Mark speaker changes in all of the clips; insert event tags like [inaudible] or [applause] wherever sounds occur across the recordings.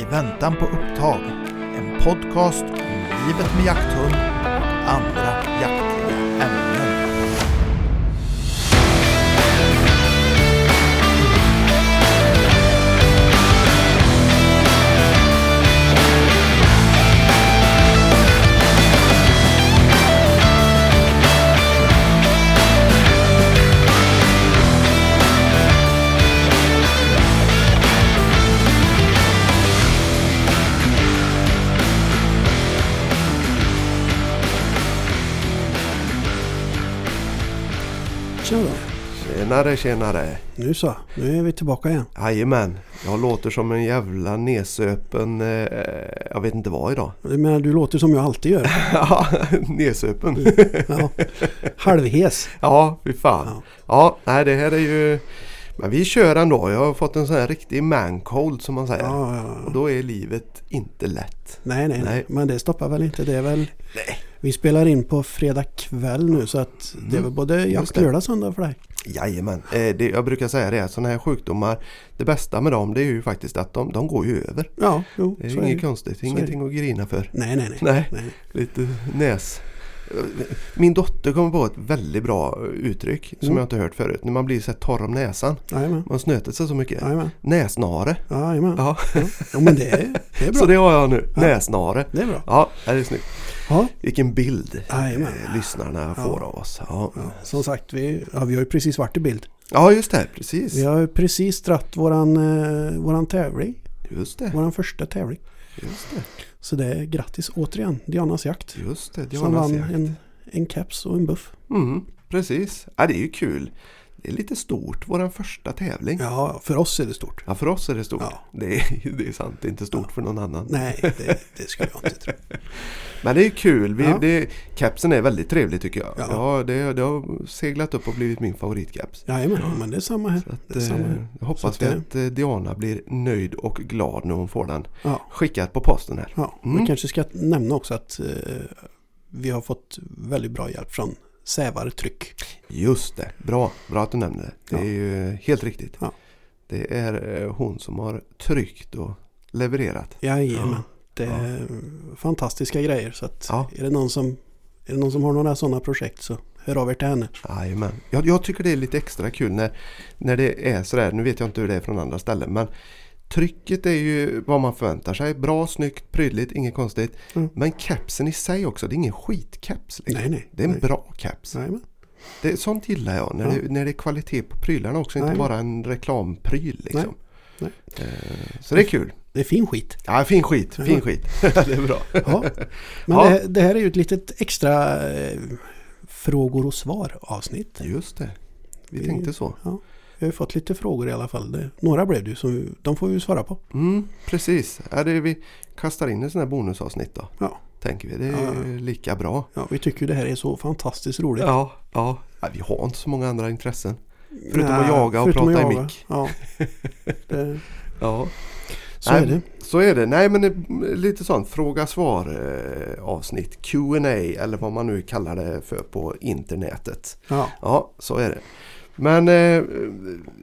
Speaker 1: I väntan på upptag, en podcast om livet med jakthund och andra jaktliga ämnen.
Speaker 2: Tja då.
Speaker 3: Tjenare, tjenare.
Speaker 2: Nu så, nu är vi tillbaka igen.
Speaker 3: Jajamän. Jag låter som en jävla nedsöpen... Eh, jag vet inte vad idag. [laughs]
Speaker 2: Jag menar, du låter som jag alltid gör.
Speaker 3: Ja,
Speaker 2: [laughs]
Speaker 3: nedsöpen.
Speaker 2: Ja. Halvhes.
Speaker 3: Ja, fy fan. Ja, nej det här är ju... Men vi kör ändå. Jag har fått en sån här riktig mancold som man säger.
Speaker 2: Ja, ja,
Speaker 3: Och
Speaker 2: ja.
Speaker 3: då är livet inte lätt.
Speaker 2: Nej, nej, nej.
Speaker 3: Nej.
Speaker 2: Men det stoppar väl inte. Det är väl...
Speaker 3: Nej. Mm.
Speaker 2: Vi spelar in på fredag kväll nu så att det är väl både jakt,
Speaker 3: det.
Speaker 2: lördag, söndag för dig.
Speaker 3: Jajamän. Eh, det, jag brukar säga det, sådana här sjukdomar. Det bästa med dem det är ju faktiskt att de, de går ju över.
Speaker 2: Ja, jo,
Speaker 3: Det är
Speaker 2: så
Speaker 3: ju
Speaker 2: är
Speaker 3: inget
Speaker 2: det.
Speaker 3: konstigt.
Speaker 2: är det.
Speaker 3: Ingenting att grina för.
Speaker 2: Nej, nej, nej.
Speaker 3: Nej.
Speaker 2: nej.
Speaker 3: Lite näs... Min dotter kommer på ett väldigt bra uttryck som
Speaker 2: Mm.
Speaker 3: jag inte hört förut. När man blir så här torr om näsan.
Speaker 2: Jajamän.
Speaker 3: Man snöter sig så mycket.
Speaker 2: Jajamän.
Speaker 3: Näsnare.
Speaker 2: Jajamän.
Speaker 3: [laughs] Ja.
Speaker 2: Ja, men det är, det är bra.
Speaker 3: [laughs] Så
Speaker 2: Det...
Speaker 3: det har jag nu.
Speaker 2: Ja.
Speaker 3: Näsnare.
Speaker 2: är bra.
Speaker 3: Ja, det är snyggt.
Speaker 2: Ja,
Speaker 3: Vilken bild
Speaker 2: Jajamän.
Speaker 3: eh, lyssnarna
Speaker 2: Ja.
Speaker 3: får av oss. Ja.
Speaker 2: ja. Som sagt, vi, ja, vi har ju precis varit i bild.
Speaker 3: ja, just det. Precis.
Speaker 2: Vi har ju precis dratt våran, eh, våran tävling.
Speaker 3: Just det.
Speaker 2: Våran första tävling.
Speaker 3: Just det.
Speaker 2: Så det är grattis återigen, Dianas jakt.
Speaker 3: Just det.
Speaker 2: som
Speaker 3: Dianas
Speaker 2: vann
Speaker 3: jakt.
Speaker 2: en, en caps och en buff.
Speaker 3: Mm, precis. Ja, det är ju kul. Det är lite stort, vår första tävling. Ja.
Speaker 2: Ja, för oss är det stort.
Speaker 3: för oss är det stort.
Speaker 2: Ja.
Speaker 3: Det, är, [laughs] det är sant, det är inte stort för någon annan.
Speaker 2: Nej, det, det skulle jag inte tro.
Speaker 3: Men det är kul. Vi,
Speaker 2: Ja.
Speaker 3: det, capsen är väldigt trevlig tycker jag.
Speaker 2: Ja.
Speaker 3: Ja. det, det har seglat upp och blivit min favoritcaps.
Speaker 2: Jajamän, men det är samma här.
Speaker 3: Så att,
Speaker 2: det är samma
Speaker 3: eh,
Speaker 2: här.
Speaker 3: jag
Speaker 2: Så att
Speaker 3: hoppas vi
Speaker 2: det-
Speaker 3: att eh, Diana blir nöjd och glad när hon får den
Speaker 2: Ja,
Speaker 3: skickad på posten här.
Speaker 2: ja.
Speaker 3: Mm.
Speaker 2: Vi kanske ska nämna också att eh, vi har fått väldigt bra hjälp från Sävar Tryck.
Speaker 3: Just det, bra, bra att du nämnde det. Det
Speaker 2: Ja.
Speaker 3: är ju eh, helt riktigt.
Speaker 2: Ja.
Speaker 3: Det är eh, hon som har tryckt och levererat.
Speaker 2: Jajamän. Det är fantastiska grejer. Så att
Speaker 3: Ja.
Speaker 2: är, det någon som, är det någon som har några sådana projekt så hör av er till henne.
Speaker 3: Jajamän. Jag, jag tycker det är lite extra kul när, när det är sådär, nu vet jag inte hur det är från andra ställen men Trycket är ju vad man förväntar sig. Bra, snyggt, prydligt, inget konstigt.
Speaker 2: Mm.
Speaker 3: Men capsen i sig också, det är ingen skitcaps. Liksom.
Speaker 2: Nej, nej.
Speaker 3: Det är en
Speaker 2: nej.
Speaker 3: bra caps.
Speaker 2: Jajamän.
Speaker 3: Det, sånt gillar jag, när,
Speaker 2: Ja.
Speaker 3: det, när det är kvalitet på prylarna också, inte
Speaker 2: Nej.
Speaker 3: bara en reklampryl. Liksom.
Speaker 2: Nej,
Speaker 3: Eh, Så det är kul.
Speaker 2: Det är fin skit.
Speaker 3: Ja, fin skit, fin
Speaker 2: Ja. [laughs]
Speaker 3: skit. det är bra. [laughs]
Speaker 2: Ja. Men
Speaker 3: Ja.
Speaker 2: Det, här- det här är ju ett litet extra eh, frågor och svar avsnitt.
Speaker 3: Just det, vi
Speaker 2: Vi-
Speaker 3: tänkte så.
Speaker 2: Vi har ju fått lite frågor i alla fall. Det, några blev det ju, så de får vi ju svara på.
Speaker 3: Mm, precis, ja, det, vi kastar in en sån här bonusavsnitt då.
Speaker 2: Ja.
Speaker 3: Tänker vi, det
Speaker 2: Ja, ja.
Speaker 3: är ju lika bra.
Speaker 2: Ja, vi tycker ju det här är så fantastiskt roligt.
Speaker 3: Ja, ja. ja, vi har inte så många andra intressen. förutom
Speaker 2: Nej,
Speaker 3: att jaga och
Speaker 2: förutom
Speaker 3: prata
Speaker 2: att
Speaker 3: i
Speaker 2: jaga.
Speaker 3: mick. [laughs]
Speaker 2: Ja. Det,
Speaker 3: Ja,
Speaker 2: så
Speaker 3: Nej,
Speaker 2: är det.
Speaker 3: så är det. Nej, men eh, lite sånt fråga-svar eh, avsnitt. Q&A eller vad man nu kallar det för på internetet.
Speaker 2: Ja.
Speaker 3: Ja, så är det. Men eh,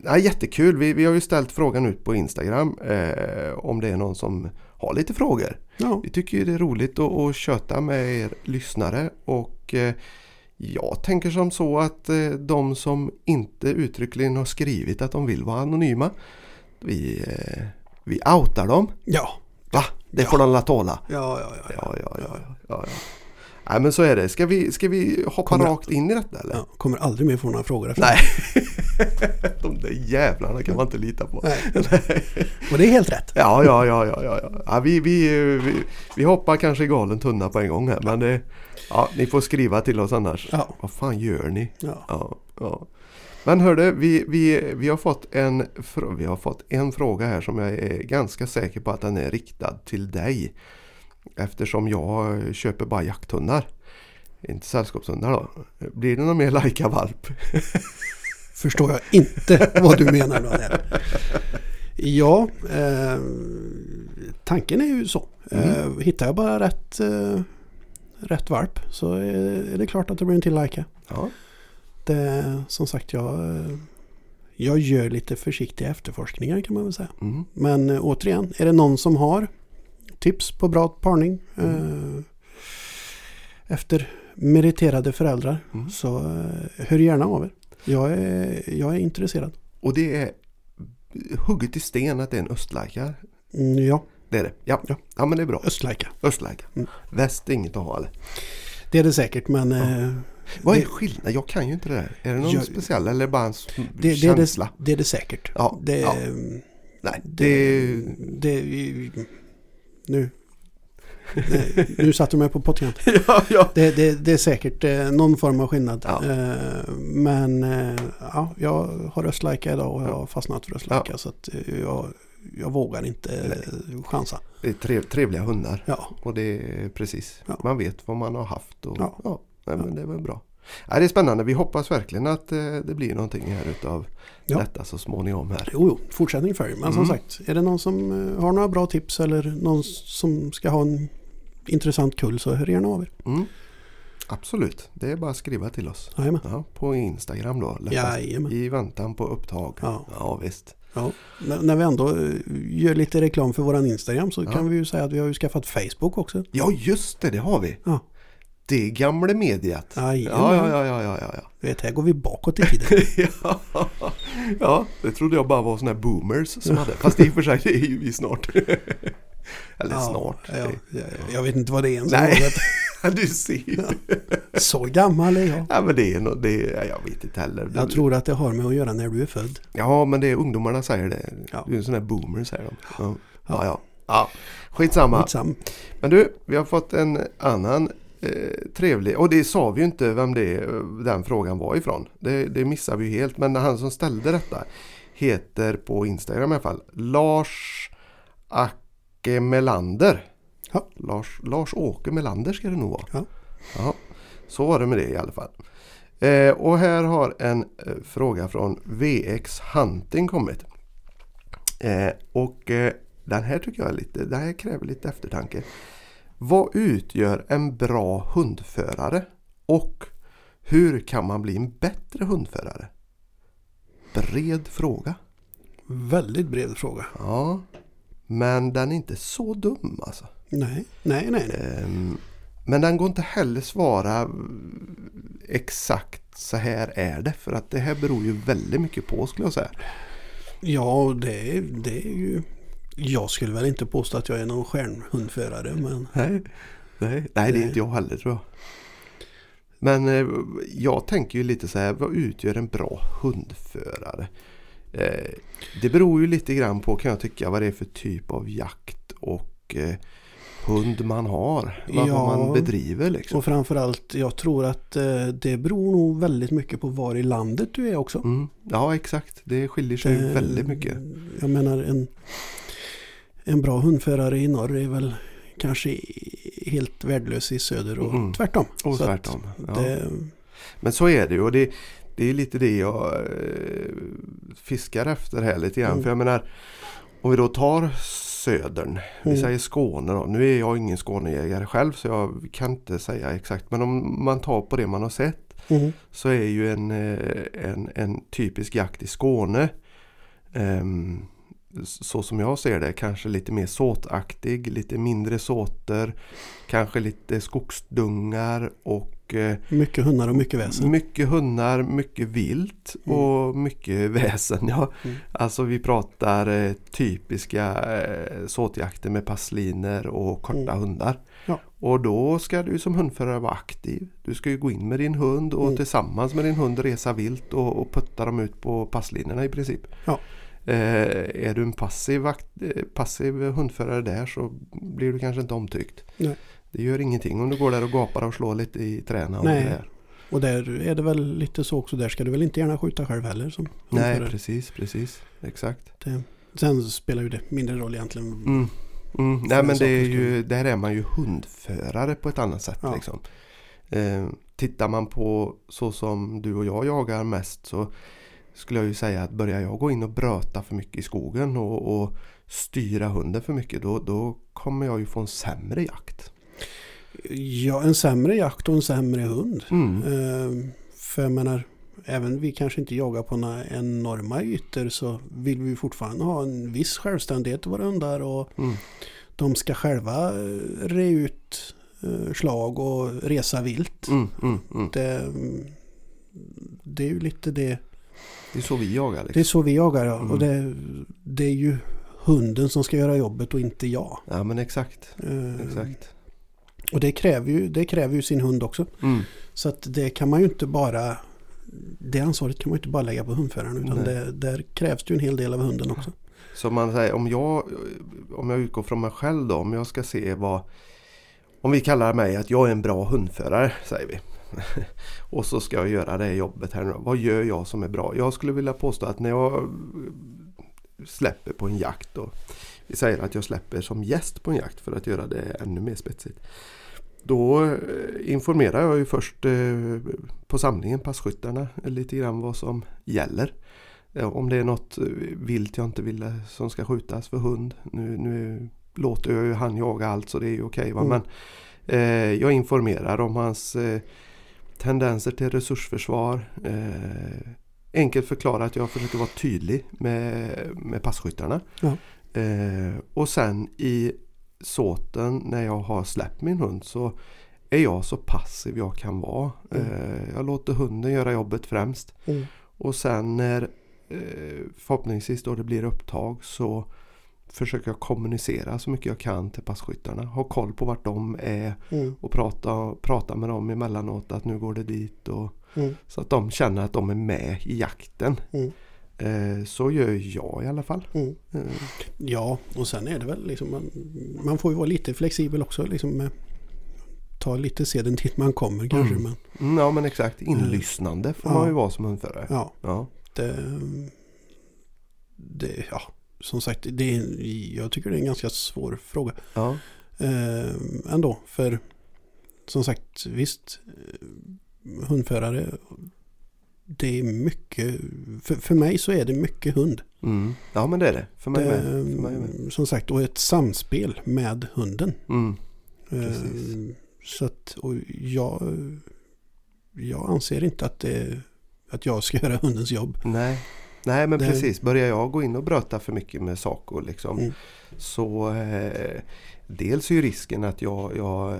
Speaker 3: ja, jättekul. Vi, vi har ju ställt frågan ut på Instagram eh, om det är någon som har lite frågor.
Speaker 2: Ja.
Speaker 3: Vi tycker ju det är roligt att, att köta med er lyssnare och eh, jag tänker som så att eh, de som inte uttryckligen har skrivit att de vill vara anonyma, vi, eh, vi outar dem.
Speaker 2: Ja.
Speaker 3: Va? Det får de la tåla.
Speaker 2: Ja, ja, ja.
Speaker 3: Ja, ja, ja. ja, ja. Nej men så är det. Ska vi, ska vi hoppa
Speaker 2: Kommer-
Speaker 3: rakt in i detta eller?
Speaker 2: ja. Kommer aldrig mer få några frågor efter.
Speaker 3: Nej. De där jävlarna kan man inte lita på. [laughs]
Speaker 2: Nej. Och det är helt rätt.
Speaker 3: Ja, ja, ja, ja, ja. ja. ja vi, vi, vi, vi hoppar kanske i galen tunna på en gång här. Men det, ja, ni får skriva till oss annars.
Speaker 2: Ja.
Speaker 3: Vad fan gör ni?
Speaker 2: Ja.
Speaker 3: Ja, ja. Men hörde, vi, vi, vi, har fått en, fr- vi har fått en fråga här som jag är ganska säker på att den är riktad till dig. Eftersom jag eh, köper bara jakthundar. Inte sällskapshundar då. Blir det någon mer lajkavalp?
Speaker 2: förstår jag inte vad du menar med det. här. Ja, eh, tanken är ju så. Eh, hittar jag bara rätt, eh, rätt varp så är, är det klart att det blir en till Laika.
Speaker 3: Ja,
Speaker 2: Det, som sagt, jag eh, Jag gör lite försiktiga efterforskningar kan man väl säga.
Speaker 3: Mm.
Speaker 2: Men eh, återigen, är det någon som har tips på bra parning eh, efter meriterade föräldrar
Speaker 3: Mm.
Speaker 2: så eh, hör gärna av er. Jag är, jag är intresserad.
Speaker 3: Och det är hugget i sten att det är en östlajka.
Speaker 2: Mm, ja,
Speaker 3: Det är det. Ja,
Speaker 2: Ja.
Speaker 3: ja. men det är bra.
Speaker 2: östlajka.
Speaker 3: Östlajka.
Speaker 2: Mm.
Speaker 3: Väst är inget att ha eller?
Speaker 2: Det är det säkert men eh,
Speaker 3: Vad är
Speaker 2: Det-
Speaker 3: skillnaden? Jag kan ju inte det där. Är det någon
Speaker 2: Jag-
Speaker 3: speciell eller bara en s-
Speaker 2: det, det, är det,
Speaker 3: känsla?
Speaker 2: det är det säkert.
Speaker 3: Ja,
Speaker 2: det,
Speaker 3: ja. Nej, det, är-
Speaker 2: det, nu. Det- nu satte du mig på pottkanten. [laughs]
Speaker 3: ja, ja.
Speaker 2: Det, det, det är säkert eh, någon form av skillnad.
Speaker 3: Ja.
Speaker 2: Eh, men eh, ja, jag har östlajka idag och jag har fastnat för östlajka. Så att eh, jag, jag vågar inte eh, chansa.
Speaker 3: Det är trev, trevliga hundar.
Speaker 2: Ja,
Speaker 3: Och det är precis.
Speaker 2: Ja.
Speaker 3: Man vet vad man har haft. Och,
Speaker 2: Ja.
Speaker 3: ja. nej, men det är väl bra. Ja, det är spännande. Vi hoppas verkligen att eh, det blir någonting här utav
Speaker 2: Ja.
Speaker 3: detta så småningom här.
Speaker 2: jo, jo, fortsättning följer. Men som
Speaker 3: Mm.
Speaker 2: sagt, är det någon som eh, har några bra tips eller någon s- som ska ha en intressant kull så hör gärna av er.
Speaker 3: Mm. Absolut, det är bara att skriva till oss.
Speaker 2: Jajamän.
Speaker 3: Ja, på Instagram då. lättast.
Speaker 2: Jajamän.
Speaker 3: I väntan på upptag.
Speaker 2: Ja.
Speaker 3: ja visst.
Speaker 2: Ja. N- När vi ändå eh, gör lite reklam för våran Instagram så
Speaker 3: Ja.
Speaker 2: kan vi ju säga att vi har ju skaffat Facebook också.
Speaker 3: Ja just det, det har vi.
Speaker 2: Ja.
Speaker 3: Det gamla mediet.
Speaker 2: Jajamän.
Speaker 3: Ja, ja, ja, ja, ja, ja, ja.
Speaker 2: Du vet, här går vi bakåt i tiden.
Speaker 3: [laughs] Ja, ja, det trodde jag bara var såna här boomers som hade. Fast i och för sig, det är ju vi snart. [laughs] Eller
Speaker 2: Ja,
Speaker 3: snart.
Speaker 2: Ja, ja, jag vet inte vad det är ens.
Speaker 3: Nej. [laughs] Du ser.
Speaker 2: Så gammal är
Speaker 3: [laughs]
Speaker 2: jag.
Speaker 3: Ja, men det är nog, det är, jag vet inte heller.
Speaker 2: Jag tror att det har med att göra när du är född.
Speaker 3: Ja, men det är ungdomarna säger det.
Speaker 2: Ja.
Speaker 3: Du är en sån här boomer säger de. Ja, ja. ja. ja. Skitsamma.
Speaker 2: Skitsam.
Speaker 3: Men du, vi har fått en annan eh, trevlig, och det sa vi ju inte vem det, den frågan var ifrån. Det, det missar vi ju helt, men han som ställde detta heter på Instagram i alla fall Lars Acke Melander.
Speaker 2: Ja.
Speaker 3: Lars, Lars Åke Melander ska det nog vara.
Speaker 2: Ja.
Speaker 3: Ja, så var det med det i alla fall. Eh, och här har en eh, fråga från VX Hunting kommit. Eh, och eh, den här tycker jag är lite, den här kräver lite eftertanke. Vad utgör en bra hundförare? Och hur kan man bli en bättre hundförare? Bred fråga.
Speaker 2: Väldigt bred fråga.
Speaker 3: Ja. Men den är inte så dum alltså.
Speaker 2: Nej, nej, nej. nej.
Speaker 3: Ehm, Men den går inte heller svara mm, exakt så här är det. För att det här beror ju väldigt mycket på skulle jag säga.
Speaker 2: Ja, det, är- det är ju... Jag skulle väl inte påstå att jag är någon stjärnhundförare, men
Speaker 3: Nej, nej, nej det är inte jag heller tror jag. Men eh, jag tänker ju lite så här, vad utgör en bra hundförare? Eh, det beror ju lite grann på kan jag tycka vad det är för typ av jakt och eh, hund man har. Vad
Speaker 2: Ja.
Speaker 3: man bedriver liksom.
Speaker 2: och framförallt jag tror att eh, det beror nog väldigt mycket på var i landet du är också.
Speaker 3: Mm. Ja exakt, det skiljer sig
Speaker 2: Eh,
Speaker 3: väldigt mycket.
Speaker 2: Jag menar en, en bra hundförare i norr är väl kanske i- helt värdelös i söder och
Speaker 3: Mm.
Speaker 2: tvärtom.
Speaker 3: Och
Speaker 2: Så att
Speaker 3: tvärtom. Ja.
Speaker 2: Det,
Speaker 3: Men så är det ju och det, det är lite det jag eh, fiskar efter här lite grann.
Speaker 2: Mm.
Speaker 3: För jag menar, om vi då tar södern, vi
Speaker 2: Mm.
Speaker 3: säger Skåne då. Nu är jag ingen Skånejägare själv så jag kan inte säga exakt. Men om man tar på det man har sett
Speaker 2: mm,
Speaker 3: så är ju en, eh, en, en typisk jakt i Skåne ehm, så som jag ser det, kanske lite mer såtaktig, lite mindre såter, kanske lite skogsdungar och eh,
Speaker 2: mycket hundar och mycket väsen.
Speaker 3: mycket hundar, mycket vilt
Speaker 2: Mm.
Speaker 3: och mycket [laughs] väsen. Ja.
Speaker 2: Mm.
Speaker 3: Alltså vi pratar eh, typiska eh, såtjakter med passliner och korta
Speaker 2: Mm.
Speaker 3: hundar.
Speaker 2: Ja.
Speaker 3: Och då ska du som hundförare vara aktiv. Du ska ju gå in med din hund och
Speaker 2: Mm.
Speaker 3: tillsammans med din hund resa vilt och, och putta dem ut på passlinorna i princip.
Speaker 2: Ja.
Speaker 3: Eh, är du en passiv, akt, eh, passiv hundförare där så blir du kanske inte omtyckt.
Speaker 2: Nej.
Speaker 3: Det gör ingenting om du går där och gapar och slår lite i träna. och
Speaker 2: Nej.
Speaker 3: det där.
Speaker 2: Och där är det väl lite så också. Där ska du väl inte gärna skjuta själv heller som
Speaker 3: Nej,
Speaker 2: hundförare.
Speaker 3: precis, precis. Exakt.
Speaker 2: Det- Sen spelar ju det mindre roll egentligen.
Speaker 3: Mm. Mm.
Speaker 2: För
Speaker 3: Nej
Speaker 2: den
Speaker 3: men det är
Speaker 2: sakens
Speaker 3: ju, där är man ju hundförare på ett annat sätt.
Speaker 2: Ja.
Speaker 3: Liksom. Eh, tittar man på så som du och jag jagar mest så skulle jag ju säga att börjar jag gå in och bröta för mycket i skogen och, och styra hunden för mycket då, då kommer jag ju få en sämre jakt.
Speaker 2: Ja, en sämre jakt och en sämre hund.
Speaker 3: Mm.
Speaker 2: Eh, för jag menar, även vi kanske inte jagar på några enorma ytor så vill vi fortfarande ha en viss självständighet i våra hundar och
Speaker 3: Mm.
Speaker 2: de ska själva eh, re ut eh, slag och resa vilt.
Speaker 3: Mm, mm, mm.
Speaker 2: Det, det är ju lite det.
Speaker 3: Det är så vi jagar.
Speaker 2: Det
Speaker 3: Liksom.
Speaker 2: är så vi jagar ja.
Speaker 3: Mm.
Speaker 2: och det, det är ju hunden som ska göra jobbet och inte jag.
Speaker 3: Ja men exakt.
Speaker 2: Eh,
Speaker 3: Exakt.
Speaker 2: Och det kräver, ju, det kräver ju sin hund också.
Speaker 3: Mm.
Speaker 2: Så att det kan man ju inte bara det ansvaret kan man ju inte bara lägga på hundföraren utan
Speaker 3: Nej.
Speaker 2: det, där krävs det ju en hel del av hunden också.
Speaker 3: Så man säger, om jag, om jag utgår från mig själv då, om jag ska se vad... Om vi kallar mig att jag är en bra hundförare, säger vi. [laughs] och så ska jag göra det jobbet här nu. Vad gör jag som är bra? Jag skulle vilja påstå att när jag släpper på en jakt och vi säger att jag släpper som gäst på en jakt för att göra det ännu mer spetsigt. Då eh, informerar jag ju först eh, på samlingen, passkyttarna, lite grann vad som gäller. Ja, Om det är något eh, vilt jag inte vill eh, som ska skjutas för hund. Nu, nu låter jag ju han jaga allt så det är ju okej. va?
Speaker 2: Mm.
Speaker 3: Men eh, jag informerar om hans eh, tendenser till resursförsvar. Eh, enkelt förklara att jag försöker vara tydlig med, med passkyttarna.
Speaker 2: Ja.
Speaker 3: Eh, och sen i såten när jag har släppt min hund så är jag så passiv jag kan vara.
Speaker 2: Mm.
Speaker 3: Eh, jag låter hunden göra jobbet främst.
Speaker 2: Mm.
Speaker 3: Och sen när eh, förhoppningsvis då det blir upptag så försöker jag kommunicera så mycket jag kan till passkyttarna. Ha koll på vart de är
Speaker 2: Mm.
Speaker 3: och prata, prata med dem emellanåt att nu går det dit. Och,
Speaker 2: Mm.
Speaker 3: så att de känner att de är med i jakten.
Speaker 2: Mm.
Speaker 3: Eh, så gör jag i alla fall.
Speaker 2: Mm.
Speaker 3: Eh,
Speaker 2: Ja, och sen är det väl liksom man, man får ju vara lite flexibel också. Liksom med, ta lite seden dit man kommer kanske.
Speaker 3: Mm.
Speaker 2: Men,
Speaker 3: mm, ja men exakt, inlyssnande får
Speaker 2: Ja.
Speaker 3: man ju vara som hundförare.
Speaker 2: ja,
Speaker 3: Ja.
Speaker 2: det, det, ja, som sagt, det är, en- jag tycker det är en ganska svår fråga.
Speaker 3: Ja.
Speaker 2: eh, ändå. För som sagt, visst, eh, hundförare, det är mycket, för, för mig så är det mycket hund.
Speaker 3: Mm. ja men det är det. För mig med. För mig med.
Speaker 2: Det, som sagt, och ett samspel med hunden.
Speaker 3: Mm.
Speaker 2: Eh,
Speaker 3: Precis.
Speaker 2: Så att, och jag, jag anser inte att det att jag ska [laughs] göra hundens jobb.
Speaker 3: Nej. Nej men
Speaker 2: Det-
Speaker 3: precis, börjar jag gå in och bröta för mycket med saker liksom,
Speaker 2: Mm.
Speaker 3: så eh, dels är ju risken att jag, jag eh,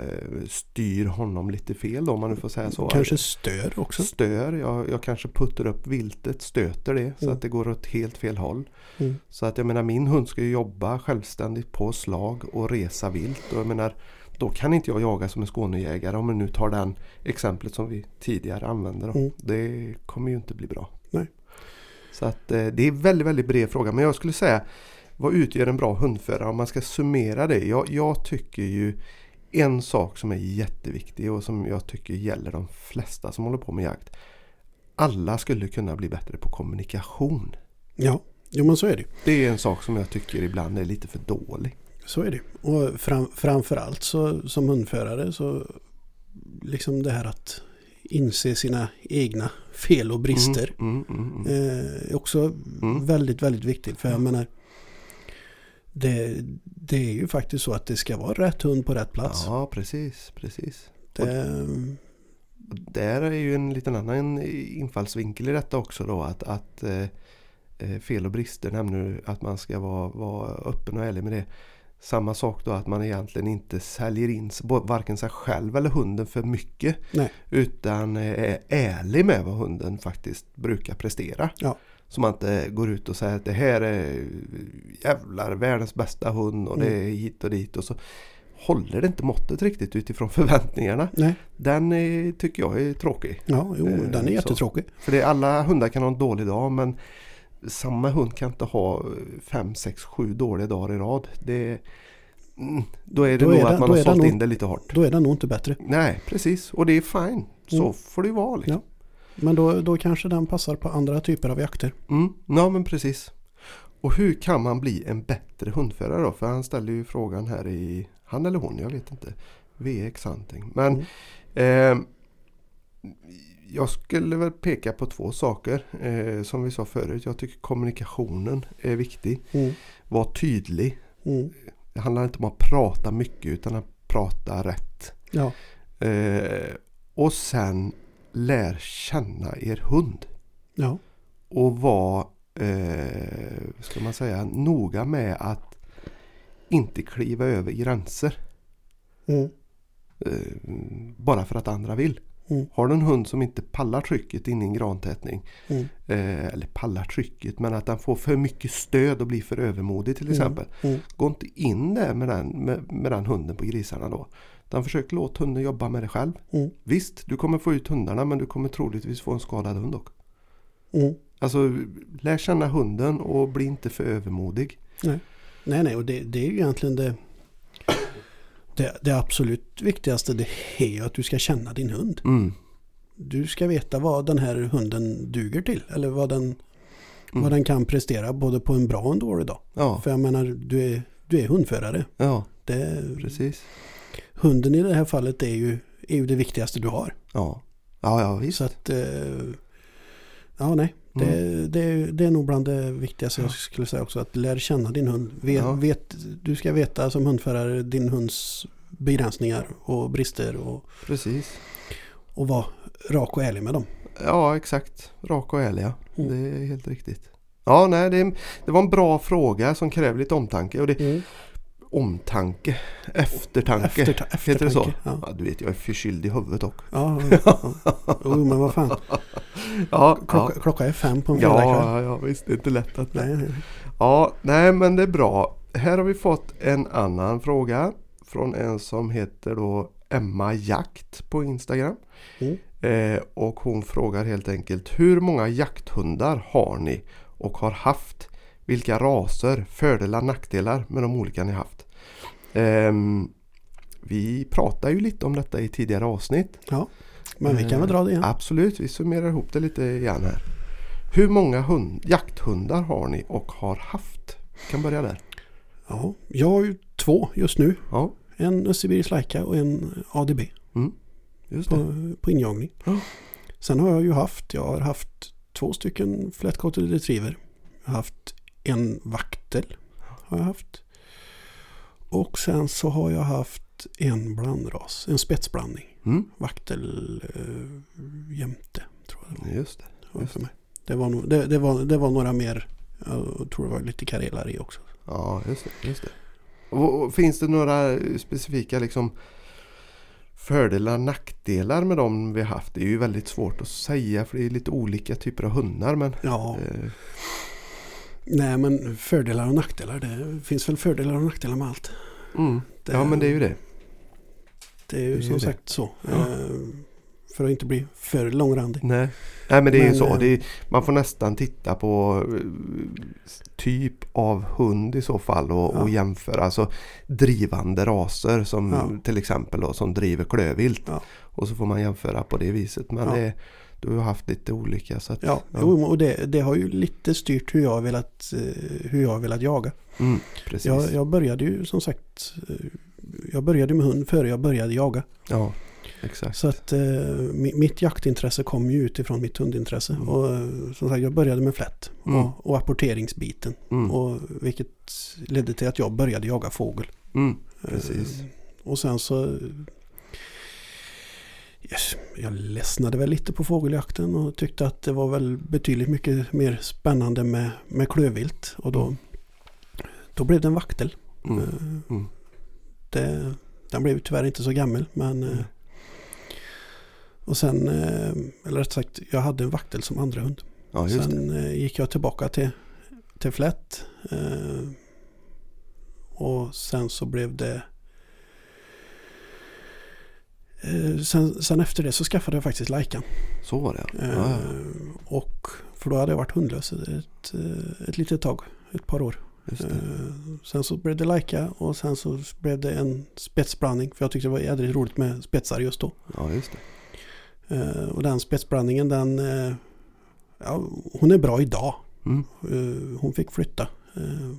Speaker 3: styr honom lite fel då, om man nu får säga så.
Speaker 2: Kanske stör också.
Speaker 3: Stör, jag, jag kanske puttar upp viltet, stöter det så
Speaker 2: Mm.
Speaker 3: att det går åt helt fel håll.
Speaker 2: Mm.
Speaker 3: Så att jag menar min hund ska ju jobba självständigt på slag och resa vilt. Och jag menar, då kan inte jag jaga som en Skånejägare om vi nu tar den exemplet som vi tidigare använde. Då.
Speaker 2: Mm.
Speaker 3: Det kommer ju inte bli bra.
Speaker 2: Nej.
Speaker 3: Så att eh, det är väldigt, väldigt bred fråga. Men jag skulle säga vad utgör en bra hundförare? Om man ska summera det. Jag, jag tycker ju en sak som är jätteviktig och som jag tycker gäller de flesta som håller på med jakt. Alla skulle kunna bli bättre på kommunikation.
Speaker 2: Ja, jo men så är det ju.
Speaker 3: Det är en sak som jag tycker ibland är lite för dålig.
Speaker 2: Så är det. Och fram, framförallt så, som hundförare så liksom det här att inse sina egna fel och brister
Speaker 3: Mm, mm, mm, mm.
Speaker 2: eh, är också
Speaker 3: Mm.
Speaker 2: väldigt, väldigt viktigt. För jag menar, det, det är ju faktiskt så att det ska vara rätt hund på rätt plats.
Speaker 3: Ja, precis, precis.
Speaker 2: Det,
Speaker 3: Och Där är ju en liten annan infallsvinkel i detta också då att, att eh, eh, fel och brister nämner du att man ska vara, vara öppen och ärlig med det. Samma sak då att man egentligen inte säljer in s- bo- varken sig själv eller hunden för mycket.
Speaker 2: Nej.
Speaker 3: Utan eh, är ärlig med vad hunden faktiskt brukar prestera.
Speaker 2: Ja.
Speaker 3: Så man inte går ut och säger att det här är jävlar världens bästa hund och
Speaker 2: Mm.
Speaker 3: det är hit och dit. Och så håller det inte måttet riktigt utifrån förväntningarna.
Speaker 2: nej,
Speaker 3: Den är, tycker jag är tråkig.
Speaker 2: ja, jo,
Speaker 3: Eh,
Speaker 2: den är
Speaker 3: så.
Speaker 2: jättetråkig.
Speaker 3: För det, alla hundar kan ha en dålig dag men samma hund kan inte ha fem, sex, sju dåliga dagar i rad. Det, mm, då är det
Speaker 2: Då
Speaker 3: nog
Speaker 2: är det-
Speaker 3: att man
Speaker 2: då
Speaker 3: har
Speaker 2: är det
Speaker 3: sålt
Speaker 2: nog-
Speaker 3: in det lite hårt.
Speaker 2: Då är den nog inte bättre.
Speaker 3: Nej, precis. Och det är fine. Så
Speaker 2: Mm.
Speaker 3: får det ju vara. Liksom.
Speaker 2: Men då, då kanske den passar på andra typer av jakter.
Speaker 3: Mm. Ja, men precis. Och hur kan man bli en bättre hundförare då? För han ställer ju frågan här i, han eller hon, jag vet inte. VX hunting. Men Eh, jag skulle väl peka på två saker. Eh, som vi sa förut, jag tycker kommunikationen är viktig.
Speaker 2: Mm.
Speaker 3: Var tydlig.
Speaker 2: Mm.
Speaker 3: Det handlar inte om att prata mycket utan att prata rätt.
Speaker 2: Ja,
Speaker 3: Eh, och sen lär känna er hund.
Speaker 2: Ja.
Speaker 3: och var, eh, ska man säga, noga med att inte kliva över gränser.
Speaker 2: Mm.
Speaker 3: Eh, bara för att andra vill.
Speaker 2: Mm.
Speaker 3: Har du en hund som inte pallar trycket in i en grantätning.
Speaker 2: Mm.
Speaker 3: Eh, eller pallar trycket men att den får för mycket stöd och blir för övermodig till
Speaker 2: Mm.
Speaker 3: exempel.
Speaker 2: Mm.
Speaker 3: Gå inte in där med den, med, med den hunden på grisarna då. Utan försök låta hunden jobba med det själv.
Speaker 2: Mm.
Speaker 3: Visst, du kommer få ut hundarna men du kommer troligtvis få en skadad hund också.
Speaker 2: Mm.
Speaker 3: Alltså lär känna hunden och bli inte för övermodig.
Speaker 2: Nej, nej, och det, det är ju egentligen det, det, det absolut viktigaste. Det är ju att du ska känna din hund.
Speaker 3: Mm.
Speaker 2: Du ska veta vad den här hunden duger till. Eller vad den,
Speaker 3: Mm.
Speaker 2: vad den kan prestera både på en bra och en dålig dag.
Speaker 3: Ja,
Speaker 2: För jag menar, du är, du är hundförare.
Speaker 3: ja,
Speaker 2: Det,
Speaker 3: precis.
Speaker 2: hunden i det här fallet är ju, är ju det viktigaste du har.
Speaker 3: Ja, ja, ja visst.
Speaker 2: Så att, eh, ja nej. Det, det, det är nog bland det viktigaste jag skulle säga också. Att lär känna din hund. Vet,
Speaker 3: Ja.
Speaker 2: vet, du ska veta som hundförare din hunds begränsningar och brister och,
Speaker 3: Precis.
Speaker 2: och vara rak och ärlig med dem.
Speaker 3: Ja, exakt. Raka och ärliga.
Speaker 2: Mm.
Speaker 3: Det är helt riktigt. Ja, nej, det, det var en bra fråga som kräver lite omtanke. Och det, omtanke, eftertanke.
Speaker 2: Efterta-
Speaker 3: Heter det så?
Speaker 2: eftertanke,
Speaker 3: Ja.
Speaker 2: ja.
Speaker 3: du vet, jag är förkyld i huvudet också.
Speaker 2: Ja, ja, ja. Jo, men vad fan.
Speaker 3: Ja,
Speaker 2: Klocka, klocka är fem på en
Speaker 3: ja.
Speaker 2: fredagkväll.
Speaker 3: ja, ja, visst. Det är inte lätt att...
Speaker 2: Nej, nej.
Speaker 3: Ja, nej men det är bra. Här har vi fått en annan fråga från en som heter då Emma Jakt på Instagram.
Speaker 2: Mm.
Speaker 3: Eh, och hon frågar helt enkelt hur många jakthundar har ni och har haft? Vilka raser, fördelar, nackdelar med de olika ni haft? Ehm, vi pratade ju lite om detta i tidigare avsnitt.
Speaker 2: Ja. Men vi kan väl dra det igen.
Speaker 3: Absolut, vi summerar ihop det lite igen här. Hur många hund, jakthundar har ni och har haft? Vi kan börja där.
Speaker 2: Ja, jag har ju två just nu.
Speaker 3: Ja,
Speaker 2: En östsibirisk lajka och en ADB.
Speaker 3: just det.
Speaker 2: på, på injagning.
Speaker 3: Ja.
Speaker 2: Sen har jag ju haft, jag har haft två stycken flätcoated retriever. Jag har haft en vaktel. Har jag haft. Och sen så har jag haft en blandras, en spetsblandning.
Speaker 3: Mm,
Speaker 2: Vaktel eh, jämte, tror jag det var.
Speaker 3: just det.
Speaker 2: har jag för mig. Det var, nog, det, det, var, det var några mer, jag tror det var lite karelar i också.
Speaker 3: Ja, just det. Just det. Och, och, finns det några specifika liksom fördelar nackdelar med de vi haft? Det är ju väldigt svårt att säga för det är lite olika typer av hundar. Men,
Speaker 2: Ja,
Speaker 3: eh,
Speaker 2: nej men fördelar och nackdelar. Det finns väl fördelar och nackdelar med allt.
Speaker 3: mm, ja, men det är ju det.
Speaker 2: Det är ju
Speaker 3: Det är
Speaker 2: som
Speaker 3: det.
Speaker 2: sagt så.
Speaker 3: Ja. Mm.
Speaker 2: Eh, För att inte bli för långrandig.
Speaker 3: Nej, Nej men det är ju
Speaker 2: Men,
Speaker 3: så.
Speaker 2: eh,
Speaker 3: Det är, man får nästan titta på eh, typ av hund i så fall och,
Speaker 2: Ja.
Speaker 3: och jämföra. Alltså drivande raser som
Speaker 2: Ja.
Speaker 3: till exempel då, som driver klövvilt.
Speaker 2: Ja.
Speaker 3: Och så får man jämföra på det viset. Men
Speaker 2: Ja.
Speaker 3: det, du har ju haft lite olika. Så att,
Speaker 2: Ja,
Speaker 3: ja.
Speaker 2: Jo, och det, det har ju lite styrt hur jag har velat, eh, hur jag har velat jaga.
Speaker 3: Mm, precis.
Speaker 2: Jag, jag började ju som sagt, eh, jag började med hund före jag började jaga.
Speaker 3: Ja, exakt.
Speaker 2: Så att eh, mi- mitt jaktintresse kom ju utifrån mitt hundintresse.
Speaker 3: Mm.
Speaker 2: Och eh, som sagt, jag började med flätt
Speaker 3: Mm.
Speaker 2: och, och apporteringsbiten.
Speaker 3: Mm,
Speaker 2: Och, vilket ledde till att jag började jaga fågel.
Speaker 3: mm, precis.
Speaker 2: Eh, Och sen så... Yes, jag ledsnade väl lite på fågeljakten och tyckte att det var väl betydligt mycket mer spännande med, med klövvilt. Och då, då blev det en vaktel.
Speaker 3: Mm,
Speaker 2: Eh,
Speaker 3: mm.
Speaker 2: Det, den blev tyvärr inte så gammal men...
Speaker 3: Mm.
Speaker 2: eh, Och sen, eh, eller rätt sagt, jag hade en vaktel som andra hund.
Speaker 3: Ja, just det.
Speaker 2: Sen eh, gick jag tillbaka till, till flätt. Eh, och sen så blev det... Eh, sen, sen efter det så skaffade jag faktiskt Lajkan.
Speaker 3: Så var det. ja.
Speaker 2: Eh,
Speaker 3: Ja, ja,
Speaker 2: och, för då hade jag varit hundlös ett, eh, ett litet tag, ett par år.
Speaker 3: just det.
Speaker 2: Eh, sen så blev det Lajka och sen så blev det en spetsblandning. För jag tyckte det var jädrigt roligt med spetsar just då.
Speaker 3: Ja, just det.
Speaker 2: Eh, och den spetsblandningen den... Eh, ja, hon är bra idag.
Speaker 3: Mm,
Speaker 2: Eh, Hon fick flytta eh,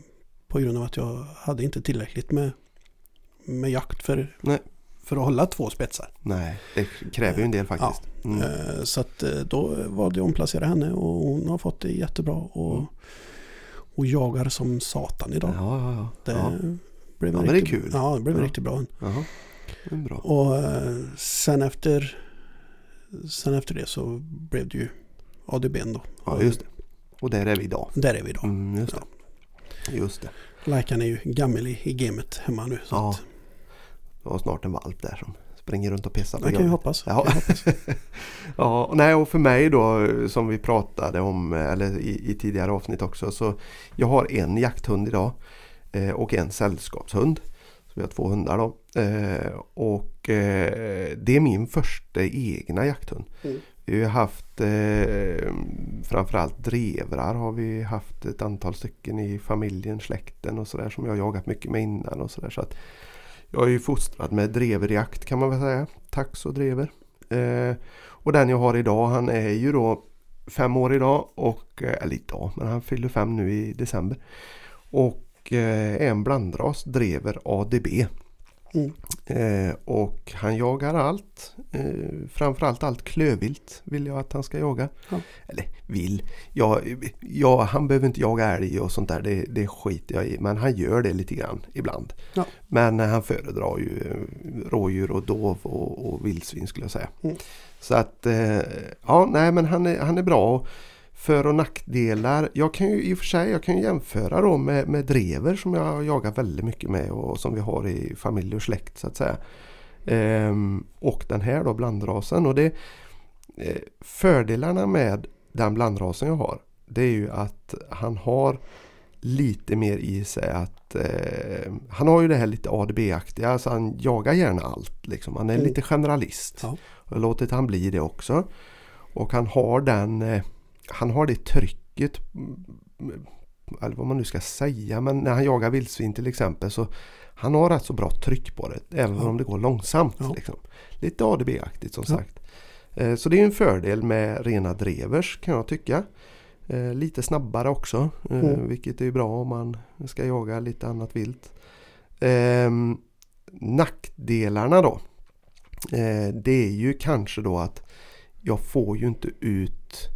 Speaker 2: på grund av att jag hade inte tillräckligt med, med jakt för,
Speaker 3: Nej.
Speaker 2: för att hålla två spetsar.
Speaker 3: nej, det kräver ju en del faktiskt. Mm,
Speaker 2: Eh, Så att eh, då valde jag att omplacera henne och hon har fått det jättebra och,
Speaker 3: Mm.
Speaker 2: och jagar som satan idag.
Speaker 3: ja, ja, ja.
Speaker 2: Det
Speaker 3: ja.
Speaker 2: blev
Speaker 3: Ja,
Speaker 2: en
Speaker 3: men det är
Speaker 2: riktigt-
Speaker 3: kul.
Speaker 2: Ja, det blev en
Speaker 3: Ja.
Speaker 2: riktigt bra hund.
Speaker 3: Jaha, det är bra.
Speaker 2: Och eh, sen efter, sen efter det så blev det ju ADB då.
Speaker 3: Ja, just det. Och där är vi idag.
Speaker 2: Där är vi idag.
Speaker 3: Mm, just det. Just det.
Speaker 2: Lajkan är ju gammal i, i gamet hemma nu. Så
Speaker 3: Ja,
Speaker 2: att,
Speaker 3: Det var snart en valp där som springer runt och pissar på
Speaker 2: det kan ju
Speaker 3: golvet.
Speaker 2: hoppas.
Speaker 3: Ja. [laughs] ja, och nej och för mig då eh, som vi pratade om eh, eller i, i tidigare avsnitt också så jag har en jakthund idag eh, och en sällskapshund. Så vi har två hundar då. Eh, och eh, det är min första egna jakthund.
Speaker 2: Mm.
Speaker 3: Vi har ju haft eh, framförallt drevrar har vi haft ett antal stycken i familjen, släkten och sådär som jag har jagat mycket med innan och sådär. Så att jag är ju fostrad med dreverjakt kan man väl säga. Tax och drever. Eh, och den jag har idag han är ju då fem år idag och, eh, eller idag, men han fyller fem nu i december. Och eh, är en blandras, drever ADB.
Speaker 2: Mm.
Speaker 3: Eh, och han jagar allt, eh, framförallt allt klövvilt vill jag att han ska jaga.
Speaker 2: Ja.
Speaker 3: Eller vill, ja, ja, han behöver inte jaga älg och sånt där, det, det skiter jag i. Men han gör det lite grann ibland.
Speaker 2: Ja.
Speaker 3: Men eh, han föredrar ju eh, rådjur och dov och, och vildsvin skulle jag säga.
Speaker 2: Mm.
Speaker 3: Så att, eh, ja nej men han är, han är bra. Och För och nackdelar, jag kan ju i och för sig jag kan ju jämföra då med, med drever som jag jagar väldigt mycket med och som vi har i familj och släkt så att säga. Ehm, och den här då blandrasen och det eh, Fördelarna med den blandrasen jag har det är ju att han har lite mer i sig att eh, han har ju det här lite ADB-aktiga, alltså han jagar gärna allt. Liksom. Han är
Speaker 2: Mm.
Speaker 3: lite generalist.
Speaker 2: Ja.
Speaker 3: Jag har låtit han bli det också. Och han har den eh, Han har det trycket mm, Eller vad man nu ska säga men när han jagar vildsvin till exempel så Han har rätt så bra tryck på det även
Speaker 2: Ja.
Speaker 3: om det går långsamt.
Speaker 2: Ja.
Speaker 3: Liksom. Lite ADB-aktigt som
Speaker 2: Ja.
Speaker 3: sagt. Eh, Så det är en fördel med rena drevers kan jag tycka. Eh, Lite snabbare också eh,
Speaker 2: Mm.
Speaker 3: vilket är bra om man ska jaga lite annat vilt. Ehm, nackdelarna då. Eh, det är ju kanske då att jag får ju inte ut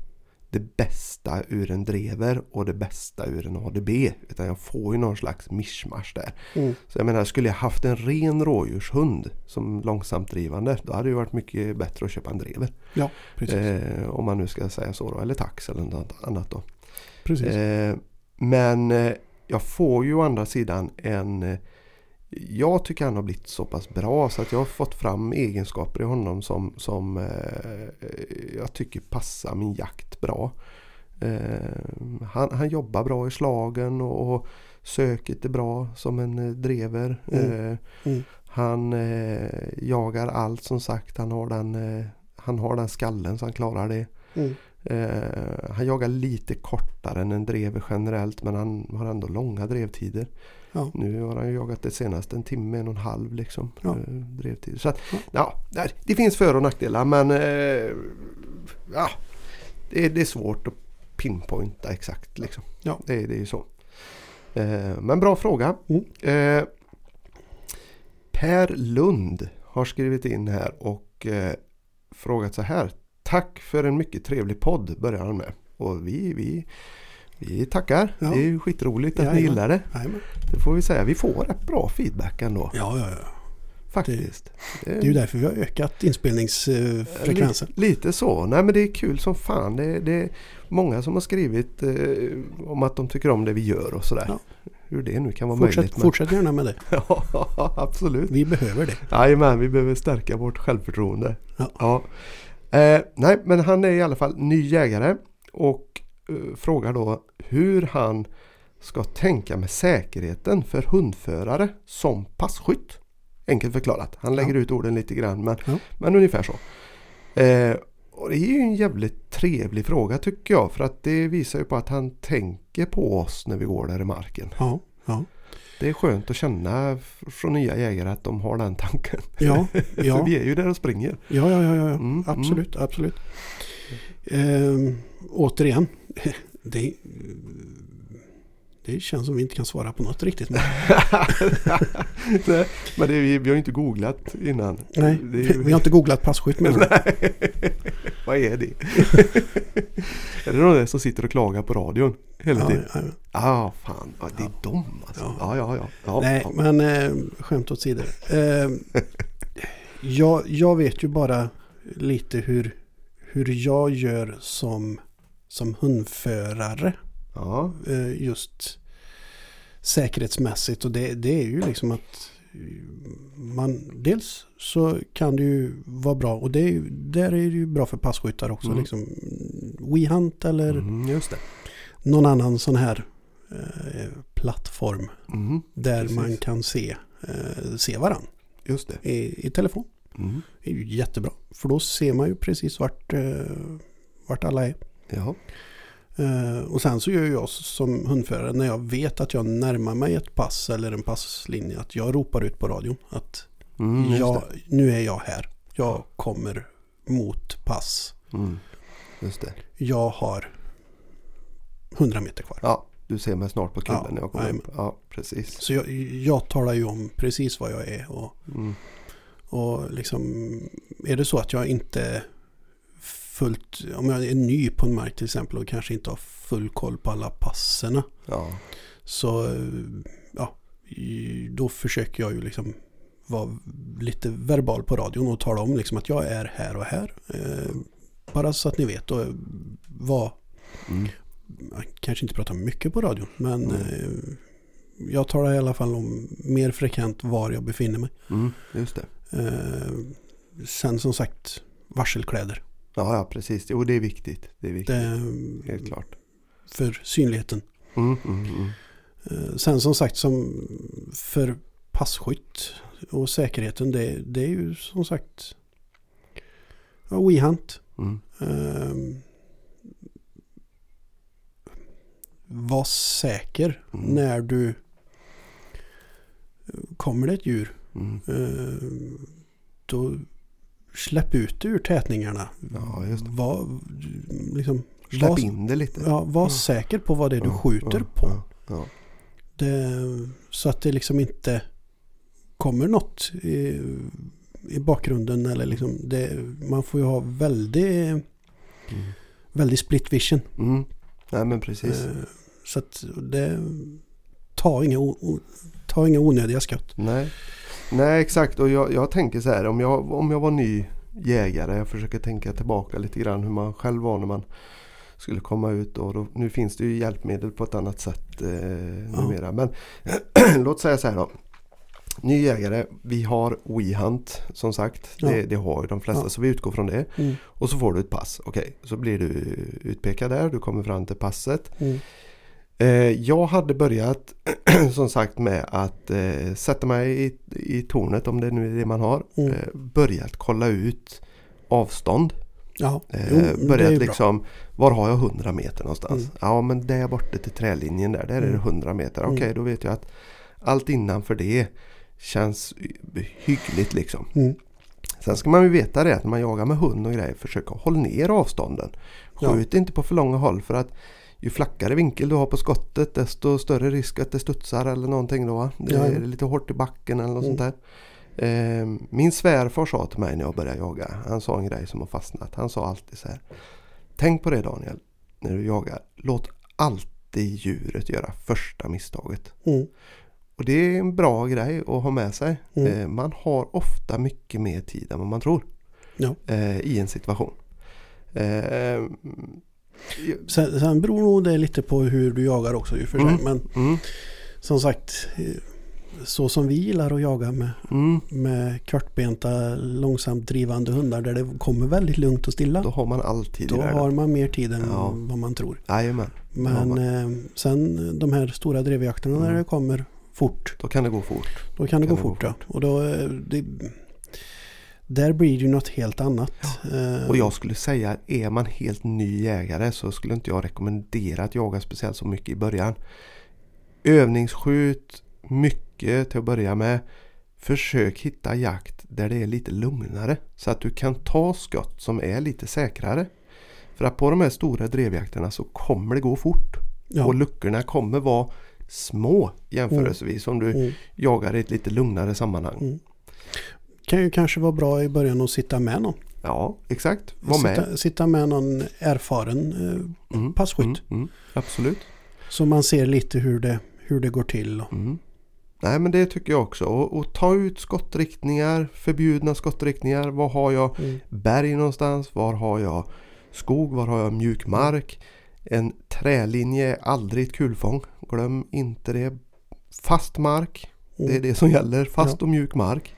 Speaker 3: det bästa ur en drever och det bästa ur en ADB. Utan jag får ju någon slags mischmasch där.
Speaker 2: Mm.
Speaker 3: Så jag menar, skulle jag haft en ren rådjurshund som långsamt drivande, då hade det ju varit mycket bättre att köpa en drever.
Speaker 2: ja, precis.
Speaker 3: Eh, om man nu ska säga så då, eller tax eller något annat då.
Speaker 2: precis.
Speaker 3: Eh, men eh, jag får ju å andra sidan en... eh, Jag tycker han har blivit så pass bra så att jag har fått fram egenskaper i honom som, som eh, jag tycker passar min jakt bra. Eh, han, han jobbar bra i slagen och, och söket är bra som en eh, drever.
Speaker 2: Mm.
Speaker 3: Eh,
Speaker 2: Mm.
Speaker 3: Han eh, jagar allt som sagt. Han har, den, eh, han har den skallen så han klarar det.
Speaker 2: Mm.
Speaker 3: Eh, han jagar lite kortare än en drever generellt men han har ändå långa drevtider.
Speaker 2: Ja.
Speaker 3: Nu har han ju jagat det senaste en timme, en och en halv liksom.
Speaker 2: Ja.
Speaker 3: Eh, drevtider. Så att,
Speaker 2: Ja.
Speaker 3: ja. där, det finns för och nackdelar men eh, ja, det, är- det är svårt att pinpointa exakt. Liksom.
Speaker 2: Ja.
Speaker 3: Det, är- det är ju så. Eh, men bra fråga.
Speaker 2: Mm.
Speaker 3: Eh, per Lund har skrivit in här och eh, frågat så här. Tack för en mycket trevlig podd börjar han med. Och vi, vi, vi tackar.
Speaker 2: Ja.
Speaker 3: Det är ju skitroligt att ni
Speaker 2: Jajamän.
Speaker 3: gillar det.
Speaker 2: Jajamän.
Speaker 3: Det får vi säga. Vi får rätt bra feedback ändå.
Speaker 2: Ja, ja, ja.
Speaker 3: Faktiskt.
Speaker 2: Det är ju därför vi har ökat inspelningsfrekvensen.
Speaker 3: Lite, lite så. Nej men det är kul som fan. Det, det är många som har skrivit eh, om att de tycker om det vi gör och sådär.
Speaker 2: Ja.
Speaker 3: Hur det nu kan vara
Speaker 2: Fortsätt,
Speaker 3: möjligt. men-
Speaker 2: fortsätt gärna med det.
Speaker 3: [laughs] ja, absolut.
Speaker 2: Vi behöver det.
Speaker 3: Jajamän, vi behöver stärka vårt självförtroende.
Speaker 2: Ja.
Speaker 3: Eh, nej, men han är i alla fall ny jägare och eh, frågar då hur han ska tänka med säkerheten för hundförare som passkytt. Enkelt förklarat. Han lägger ut orden lite grann men,
Speaker 2: Ja.
Speaker 3: men ungefär så. Eh, och det är ju en jävligt trevlig fråga tycker jag för att det visar ju på att han tänker på oss när vi går där i marken.
Speaker 2: Ja, ja.
Speaker 3: Det är skönt att känna f- från nya jägare att de har den tanken.
Speaker 2: Ja,
Speaker 3: [laughs] För
Speaker 2: ja,
Speaker 3: vi är ju där och springer.
Speaker 2: ja, ja, ja, ja.
Speaker 3: Mm,
Speaker 2: absolut, absolut. Ehm, återigen, [laughs] det, det känns som vi inte kan svara på något riktigt.
Speaker 3: [laughs]
Speaker 2: Men,
Speaker 3: Nej, men det är, vi, vi har ju inte googlat innan.
Speaker 2: nej,
Speaker 3: Det är ju-
Speaker 2: vi har inte googlat passkytt
Speaker 3: [laughs]
Speaker 2: med det.
Speaker 3: Vad är det? [laughs] är det någon där som sitter och klagar på radion hela
Speaker 2: Ja,
Speaker 3: tiden?
Speaker 2: ja,
Speaker 3: Ja, ah, fan. Ja, det är
Speaker 2: Ja.
Speaker 3: dem alltså.
Speaker 2: Ja.
Speaker 3: Ja, ja, ja. ja,
Speaker 2: nej,
Speaker 3: ja.
Speaker 2: men eh, skämt åsido. Ehm, jag, jag vet ju bara lite hur, hur jag gör som som hundförare
Speaker 3: Ja,
Speaker 2: eh, just säkerhetsmässigt. Och det, det är ju liksom att eh, man dels så kan det ju vara bra och det är ju, där är det ju bra för passkyttar också.
Speaker 3: Mm.
Speaker 2: Liksom, WeHunt eller
Speaker 3: mm, just det.
Speaker 2: någon annan sån här eh, plattform
Speaker 3: Mm,
Speaker 2: där
Speaker 3: Precis.
Speaker 2: man kan se, eh, se varann
Speaker 3: just det.
Speaker 2: i, i telefon.
Speaker 3: Mm.
Speaker 2: Det är ju jättebra för då ser man ju precis vart, eh, vart alla är.
Speaker 3: Ja,
Speaker 2: Eh, och sen så gör jag som hundförare när jag vet att jag närmar mig ett pass eller en passlinje att jag ropar ut på radion att
Speaker 3: mm, just
Speaker 2: jag, nu är jag här. Jag kommer mot pass.
Speaker 3: det. Mm, just det.
Speaker 2: Jag har 100 meter kvar.
Speaker 3: Ja, du ser mig snart på kuben
Speaker 2: Ja,
Speaker 3: när jag kommer
Speaker 2: jajamän.
Speaker 3: upp. Ja, precis.
Speaker 2: Så jag, jag talar ju om precis vad jag är och
Speaker 3: Mm.
Speaker 2: Och liksom, är det så att jag inte fullt, om jag är ny på en mark till exempel och kanske inte har full koll på alla passerna.
Speaker 3: Ja,
Speaker 2: Så eh, ja, i- då försöker jag ju liksom vara lite verbal på radion och tala om liksom att jag är här och här. Eh, bara så att ni vet. Och vad,
Speaker 3: mm.
Speaker 2: jag kanske inte pratar mycket på radion men
Speaker 3: Mm.
Speaker 2: eh, jag talar i alla fall om mer frekvent var jag befinner mig.
Speaker 3: Mm, just det.
Speaker 2: Eh, sen som sagt varselkläder.
Speaker 3: Ja, ja, precis. Jo, det är viktigt. Det är viktigt.
Speaker 2: Det,
Speaker 3: Helt klart.
Speaker 2: för synligheten.
Speaker 3: Mm, mm, mm.
Speaker 2: Eh, sen som sagt som för passkytt och säkerheten. Det, det är ju som sagt ja, WeHunt.
Speaker 3: Mm.
Speaker 2: Eh, var säker
Speaker 3: Mm.
Speaker 2: när du kommer det ett djur
Speaker 3: Mm.
Speaker 2: Eh, då släpp ut det ur tätningarna.
Speaker 3: Ja, just det.
Speaker 2: Var, liksom,
Speaker 3: Släpp
Speaker 2: var,
Speaker 3: in det lite.
Speaker 2: Ja, var säker på vad det är du
Speaker 3: Ja,
Speaker 2: skjuter
Speaker 3: ja,
Speaker 2: på.
Speaker 3: Ja, ja.
Speaker 2: Det, så att det liksom inte kommer något i, i bakgrunden. Eller liksom det, man får ju ha väldigt,
Speaker 3: Mm.
Speaker 2: väldigt split vision.
Speaker 3: Mm. Nej, men precis.
Speaker 2: Eh, så att det, ta, inga, o- o- ta inga onödiga skott.
Speaker 3: Nej. Nej, exakt. Och jag, jag tänker så här om jag, om jag var ny jägare. Jag försöker tänka tillbaka lite grann hur man själv var när man skulle komma ut. Och då, nu finns det ju hjälpmedel på ett annat sätt eh, numera. Men [clears throat] låt säga så här då. Ny jägare, vi har WeHunt som sagt.
Speaker 2: Ja.
Speaker 3: Det, det har ju de flesta
Speaker 2: Ja.
Speaker 3: så vi utgår från det.
Speaker 2: Mm,
Speaker 3: Och så får du ett pass. Okej, så blir du utpekad där. Du kommer fram till passet.
Speaker 2: mm,
Speaker 3: Eh, jag hade börjat [clears throat] som sagt med att eh, sätta mig i, i tornet om det nu är det man har.
Speaker 2: Mm.
Speaker 3: Eh, börjat kolla ut avstånd.
Speaker 2: ja,
Speaker 3: Eh,
Speaker 2: jo, men det är ju
Speaker 3: börjat
Speaker 2: bra.
Speaker 3: liksom, var har jag 100 meter någonstans?
Speaker 2: Mm.
Speaker 3: Ja men där borta till trälinjen där, där är det
Speaker 2: Mm.
Speaker 3: 100 meter. Okej,
Speaker 2: Mm.
Speaker 3: då vet jag att allt innanför det känns hyggligt liksom.
Speaker 2: Mm.
Speaker 3: Sen ska man ju veta det att när man jagar med hund och grejer, försök att hålla ner avstånden.
Speaker 2: Ja.
Speaker 3: Skjut inte på för långa håll för att ju flackare vinkel du har på skottet desto större risk att det studsar eller någonting då. va? Det är
Speaker 2: Ja.
Speaker 3: lite hårt i backen eller något
Speaker 2: Mm.
Speaker 3: sånt där. Eh, Min svärfar sa till mig när jag började jaga, han sa en grej som har fastnat. Han sa alltid så här. Tänk på det Daniel, när du jagar. Låt alltid djuret göra första misstaget.
Speaker 2: Mm.
Speaker 3: Och det är en bra grej att ha med sig.
Speaker 2: Mm.
Speaker 3: Eh, Man har ofta mycket mer tid än vad man tror.
Speaker 2: Ja.
Speaker 3: Eh, I en situation. Eh,
Speaker 2: Sen, sen beror nog det lite på hur du jagar också i och för sig.
Speaker 3: Mm.
Speaker 2: Men
Speaker 3: mm,
Speaker 2: som sagt, eh, så som vi gillar att jaga med,
Speaker 3: mm.
Speaker 2: med kortbenta, långsamt drivande hundar där det kommer väldigt lugnt och stilla.
Speaker 3: Då
Speaker 2: Då,
Speaker 3: har man alltid i världen.
Speaker 2: har man mer tid än
Speaker 3: Ja.
Speaker 2: vad man tror.
Speaker 3: Jajamän,
Speaker 2: Men
Speaker 3: Ja,
Speaker 2: eh, sen de här stora drevjakterna när
Speaker 3: Mm.
Speaker 2: det kommer fort,
Speaker 3: då kan det gå fort.
Speaker 2: då kan det gå fort. Ja. Och då, eh, det, där blir det ju något helt annat. Eh,
Speaker 3: Och jag skulle säga att är man helt ny jägare så skulle inte jag rekommendera att jaga speciellt så mycket i början. Övningsskjut mycket till att börja med. Försök hitta jakt där det är lite lugnare så att du kan ta skott som är lite säkrare. För att på de här stora drevjakterna så kommer det gå fort och
Speaker 2: ja.
Speaker 3: luckorna kommer vara små jämförelsevis om du
Speaker 2: Mm.
Speaker 3: jagar i ett lite lugnare sammanhang.
Speaker 2: Mm. kan ju kanske vara bra i början att sitta med någon.
Speaker 3: Ja, exakt. Var med.
Speaker 2: Sitta, sitta med någon erfaren eh,
Speaker 3: Mm,
Speaker 2: passkytt.
Speaker 3: mm, mm, absolut.
Speaker 2: Så man ser lite hur det, hur det går till.
Speaker 3: Mm. Nej men det tycker jag också. Och, och ta ut skottriktningar, förbjudna skottriktningar. Var har jag
Speaker 2: Mm.
Speaker 3: berg någonstans? Var har jag skog? Var har jag mjuk mark? En trälinje är aldrig ett kulfång. Glöm inte det. Fast mark. Det är det som gäller. Fast och mjuk mark.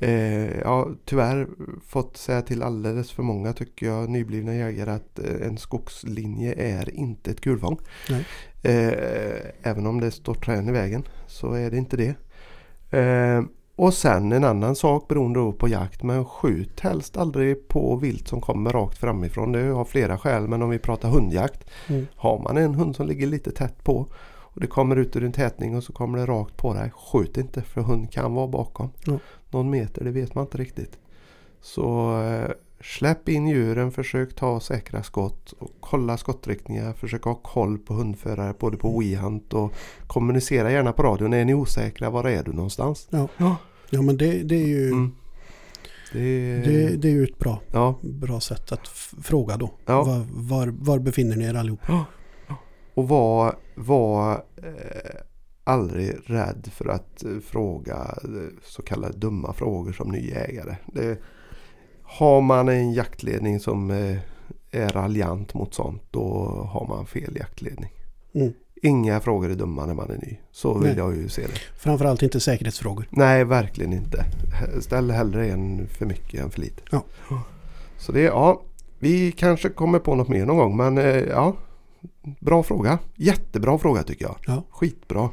Speaker 3: Eh, ja, tyvärr fått säga till alldeles för många tycker jag nyblivna jägare att eh, en skogslinje är inte ett kulfång.
Speaker 2: Nej.
Speaker 3: Eh, även om det står träd i vägen så är det inte det. Eh, och sen en annan sak beroende då på jakt men skjut helst aldrig på vilt som kommer rakt framifrån. Det har flera skäl men om vi pratar hundjakt
Speaker 2: Mm.
Speaker 3: har man en hund som ligger lite tätt på och det kommer ut ur en tätning och så kommer det rakt på dig. Skjut inte för hund kan vara bakom.
Speaker 2: Ja.
Speaker 3: Någon meter, det vet man inte riktigt. Så eh, släpp in djuren, försök ta säkra skott och kolla skottriktningar. Försök ha koll på hundförare både på WeHunt och kommunicera gärna på radion. Är ni osäkra, var är du någonstans?
Speaker 2: Ja. Ja men det, det är ju
Speaker 3: Mm. Det,
Speaker 2: det, det är ju ett bra,
Speaker 3: Ja,
Speaker 2: bra sätt att f- fråga då.
Speaker 3: Ja.
Speaker 2: Var, var, var befinner ni er allihop?
Speaker 3: Och var, var eh, aldrig rädd för att eh, fråga eh, så kallade dumma frågor som ny jägare. Det, har man en jaktledning som eh, är raljant mot sånt då har man fel jaktledning.
Speaker 2: Mm.
Speaker 3: Inga frågor är dumma när man är ny. Så vill
Speaker 2: Nej.
Speaker 3: jag ju se det.
Speaker 2: Framförallt inte säkerhetsfrågor.
Speaker 3: Nej, verkligen inte. Ställ hellre en för mycket än för lite.
Speaker 2: Ja.
Speaker 3: Så det, ja. Vi kanske kommer på något mer någon gång men eh, ja. Bra fråga. Jättebra fråga tycker jag.
Speaker 2: Ja.
Speaker 3: Skitbra.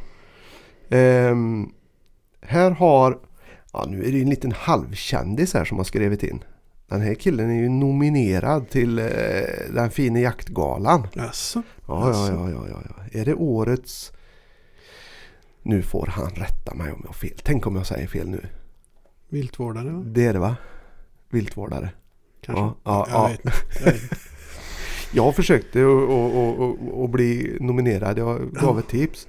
Speaker 3: Ehm, här har, ja nu är det ju en liten halvkändis här som har skrivit in. Den här killen är ju nominerad till eh, den fina jaktgalan.
Speaker 2: Jaså?
Speaker 3: Ja, ja,
Speaker 2: Alltså.
Speaker 3: ja, ja, ja, ja. Är det årets... Nu får han rätta mig om jag har fel. Tänk om jag säger fel nu.
Speaker 2: viltvårdare va?
Speaker 3: Det är det va? Viltvårdare.
Speaker 2: kanske?
Speaker 3: Mm. Ja, ja,
Speaker 2: jag
Speaker 3: ja.
Speaker 2: vet inte. Jag vet
Speaker 3: [laughs]
Speaker 2: inte.
Speaker 3: Jag försökte att- att- att- att- att bli nominerad. Jag gav ett tips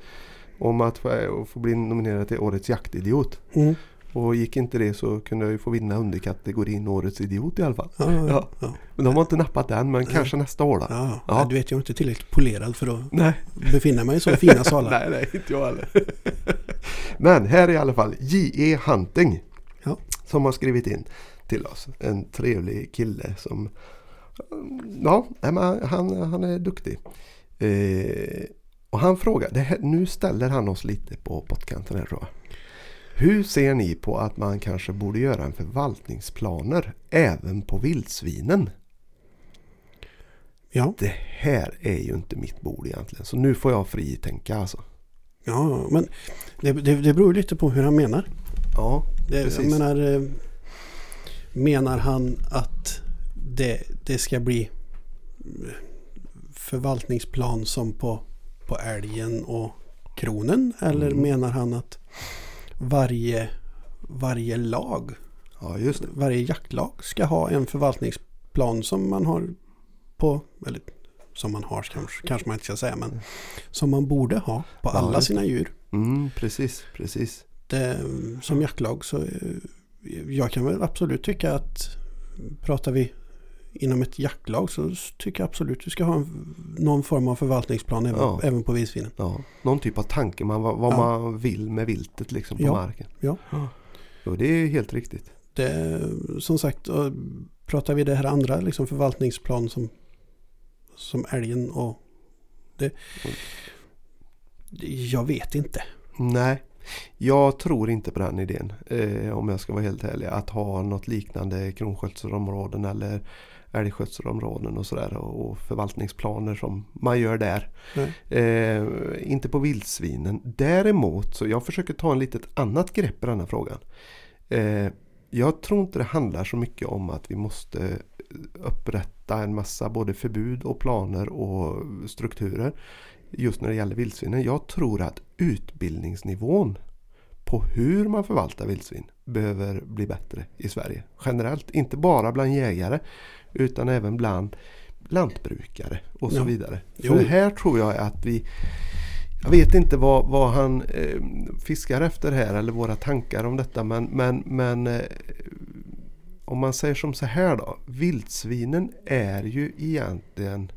Speaker 3: om att få att få bli nominerad till Årets jaktidiot.
Speaker 2: Mm.
Speaker 3: Och gick inte det så kunde jag ju få vinna under kategorin Årets idiot i alla fall.
Speaker 2: Ja, ja,
Speaker 3: Ja.
Speaker 2: ja. Ja.
Speaker 3: Men de har inte nappat den, men kanske nästa år då.
Speaker 2: Ja.
Speaker 3: Ja.
Speaker 2: Du vet, jag är inte tillräckligt polerad för att
Speaker 3: Nej,
Speaker 2: befinna mig i så fina salar.
Speaker 3: [laughs] nej, nej, inte jag heller. men här är i alla fall J.E. Hunting
Speaker 2: Ja.
Speaker 3: som har skrivit in till oss. En trevlig kille som Ja, nej, men han, han är duktig. Eh, och han frågar, det här, nu ställer han oss lite på pottkanten här tror jag. Hur ser ni på att man kanske borde göra en förvaltningsplaner även på vildsvinen?
Speaker 2: Ja.
Speaker 3: Det här är ju inte mitt bord egentligen. Så nu får jag fri tänka alltså.
Speaker 2: ja, men det, det, det beror ju lite på hur han menar.
Speaker 3: Ja,
Speaker 2: Det, jag
Speaker 3: Precis.
Speaker 2: menar, eh, menar han att det, det ska bli eh, förvaltningsplan som på, på älgen och kronen? Eller
Speaker 3: Mm.
Speaker 2: menar han att varje, varje lag,
Speaker 3: ja just det.
Speaker 2: varje jaktlag ska ha en förvaltningsplan som man har på, eller som man har kanske, kanske man inte ska säga, men som man borde ha på
Speaker 3: Mm. Ja,
Speaker 2: alla
Speaker 3: just
Speaker 2: sina djur?
Speaker 3: Mm, precis, precis.
Speaker 2: det, som jaktlag så eh, jag kan väl absolut tycka att pratar vi inom ett jaktlag så tycker jag absolut du ska ha en, någon form av förvaltningsplan även,
Speaker 3: Ja.
Speaker 2: även på vildsvinen.
Speaker 3: Ja, någon typ av tanke man, vad, vad
Speaker 2: Ja.
Speaker 3: man vill med viltet liksom på
Speaker 2: Ja,
Speaker 3: marken.
Speaker 2: ja.
Speaker 3: Och det är helt riktigt.
Speaker 2: Det, som sagt, och pratar vi det här andra liksom förvaltningsplan som, som älgen och det.
Speaker 3: Mm.
Speaker 2: Jag vet inte.
Speaker 3: Nej, jag tror inte på den idén eh, om jag ska vara helt ärlig. Att ha något liknande kronskötselområden eller älgskötselområden och sådär och och förvaltningsplaner som man gör där. Eh, inte på vildsvinen. Däremot så jag försöker ta en litet annat grepp i den här frågan. Eh, jag tror inte det handlar så mycket om att vi måste upprätta en massa både förbud och planer och strukturer just när det gäller vildsvinen. Jag tror att utbildningsnivån på hur man förvaltar vildsvin behöver bli bättre i Sverige generellt. Inte bara bland jägare utan även bland lantbrukare och så
Speaker 2: Ja.
Speaker 3: vidare.
Speaker 2: Jo.
Speaker 3: För här tror jag att vi jag vet inte vad, vad han eh, fiskar efter här eller våra tankar om detta men, men, men eh, om man säger som så här då. Vildsvinen är ju egentligen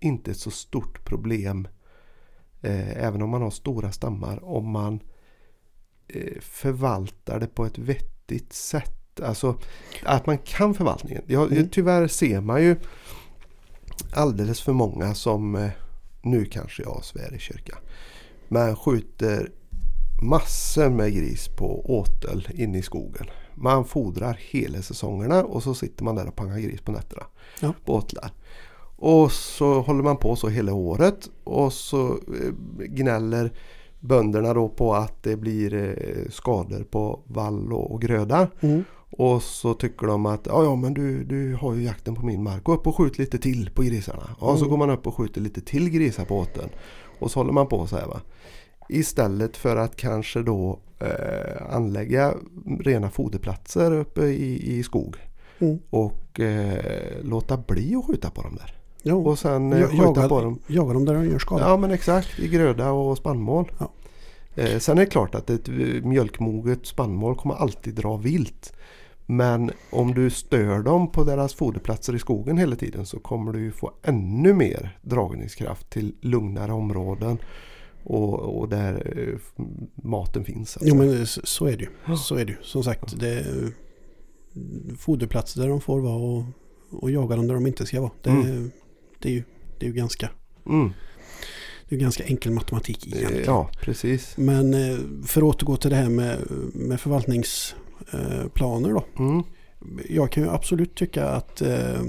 Speaker 3: inte ett så stort problem eh, även om man har stora stammar om man eh, förvaltar det på ett vettigt sätt. Alltså att man kan förvaltningen. Jag,
Speaker 2: Mm.
Speaker 3: Tyvärr ser man ju alldeles för många som eh, nu kanske jag svär i kyrka. Man skjuter massor med gris på åtel inne i skogen. Man fodrar hela säsongerna och så sitter man där och pangar gris på nätterna.
Speaker 2: Ja.
Speaker 3: På åtlar. Och så håller man på så hela året och så eh, gnäller bönderna då på att det blir eh, skador på vall och gröda.
Speaker 2: Mm.
Speaker 3: Och så tycker de att ja, ja men du, du har ju jakten på min mark. Gå upp och skjut lite till på grisarna. Ja,
Speaker 2: Mm.
Speaker 3: så går man upp och skjuter lite till grisar på åten. Och så håller man på så här va. Istället för att kanske då eh, anlägga rena foderplatser uppe i, i skog.
Speaker 2: Mm.
Speaker 3: Och eh, låta bli att skjuta på dem där.
Speaker 2: Jo,
Speaker 3: Och sen eh,
Speaker 2: Mm. jag,
Speaker 3: skjuta på
Speaker 2: jagar,
Speaker 3: dem.
Speaker 2: jagar dem där de gör skada.
Speaker 3: Ja men exakt, i gröda och spannmål.
Speaker 2: Ja.
Speaker 3: Eh, sen är det klart att ett eh, mjölkmoget spannmål kommer alltid dra vilt. Men om du stör dem på deras foderplatser i skogen hela tiden så kommer du ju få ännu mer dragningskraft till lugnare områden och, och där eh, f- maten finns. så att
Speaker 2: Jo
Speaker 3: säga.
Speaker 2: men eh, s- så är det ju. Så är det ju. Som sagt, det är eh, foderplatser där de får vara och, och jaga dem där de inte ska vara. Det,
Speaker 3: Mm.
Speaker 2: det, är, ju, det är ju ganska,
Speaker 3: mm.
Speaker 2: det är ganska enkel matematik egentligen.
Speaker 3: Eh, Ja, precis.
Speaker 2: Men eh, för att återgå till det här med, med förvaltningsplaner då.
Speaker 3: Mm.
Speaker 2: Jag kan ju absolut tycka att eh,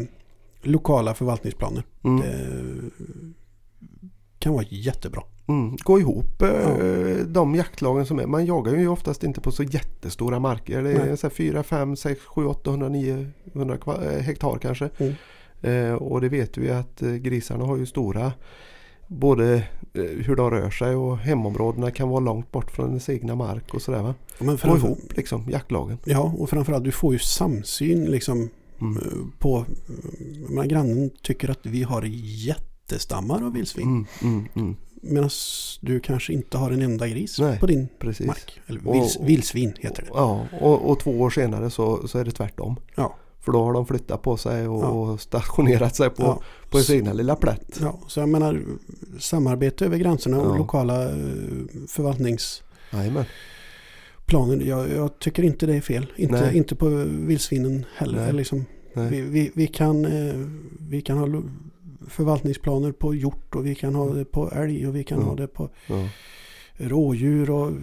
Speaker 2: lokala förvaltningsplaner
Speaker 3: Mm.
Speaker 2: eh, kan vara jättebra.
Speaker 3: Mm, gå ihop eh, de jaktlagen som är. Man jagar ju oftast inte på så jättestora marker. Det är
Speaker 2: Nej.
Speaker 3: så här 4, 5, 6, 7, 800, 900 kva- eh, hektar kanske.
Speaker 2: Mm.
Speaker 3: Eh, och det vet vi att eh, grisarna har ju stora både eh, hur de rör sig och hemområdena kan vara långt bort från ens egna mark och sådär va.
Speaker 2: Ja, Men
Speaker 3: Gå
Speaker 2: framför,
Speaker 3: ihop liksom jaktlagen.
Speaker 2: ja, och framförallt du får ju samsyn liksom
Speaker 3: Mm.
Speaker 2: eh, på... Jag menar, grannen tycker att vi har jättestammar av vildsvin.
Speaker 3: Mm, mm, mm.
Speaker 2: Medan du kanske inte har en enda gris
Speaker 3: Nej,
Speaker 2: på din
Speaker 3: Precis.
Speaker 2: mark. Eller
Speaker 3: Och-
Speaker 2: vils,
Speaker 3: och-
Speaker 2: vildsvin heter det.
Speaker 3: Ja, och, och två år senare så, så är det tvärtom.
Speaker 2: Ja.
Speaker 3: För då har de flyttat på sig och,
Speaker 2: Ja.
Speaker 3: och stationerat sig på,
Speaker 2: Ja.
Speaker 3: på sin egna lilla plätt.
Speaker 2: Ja, så jag menar samarbete över gränserna och
Speaker 3: Ja.
Speaker 2: lokala eh, förvaltningsplaner.
Speaker 3: Jajamän.
Speaker 2: Jag, jag tycker inte det är fel. Inte,
Speaker 3: Nej.
Speaker 2: inte på vildsvinen heller.
Speaker 3: Nej.
Speaker 2: Liksom.
Speaker 3: Nej.
Speaker 2: Vi, vi, vi, kan, eh, vi kan ha lo- förvaltningsplaner på hjort och vi kan ha det på älg och vi kan
Speaker 3: Mm. Ja.
Speaker 2: ha det på
Speaker 3: Ja.
Speaker 2: rådjur och eh,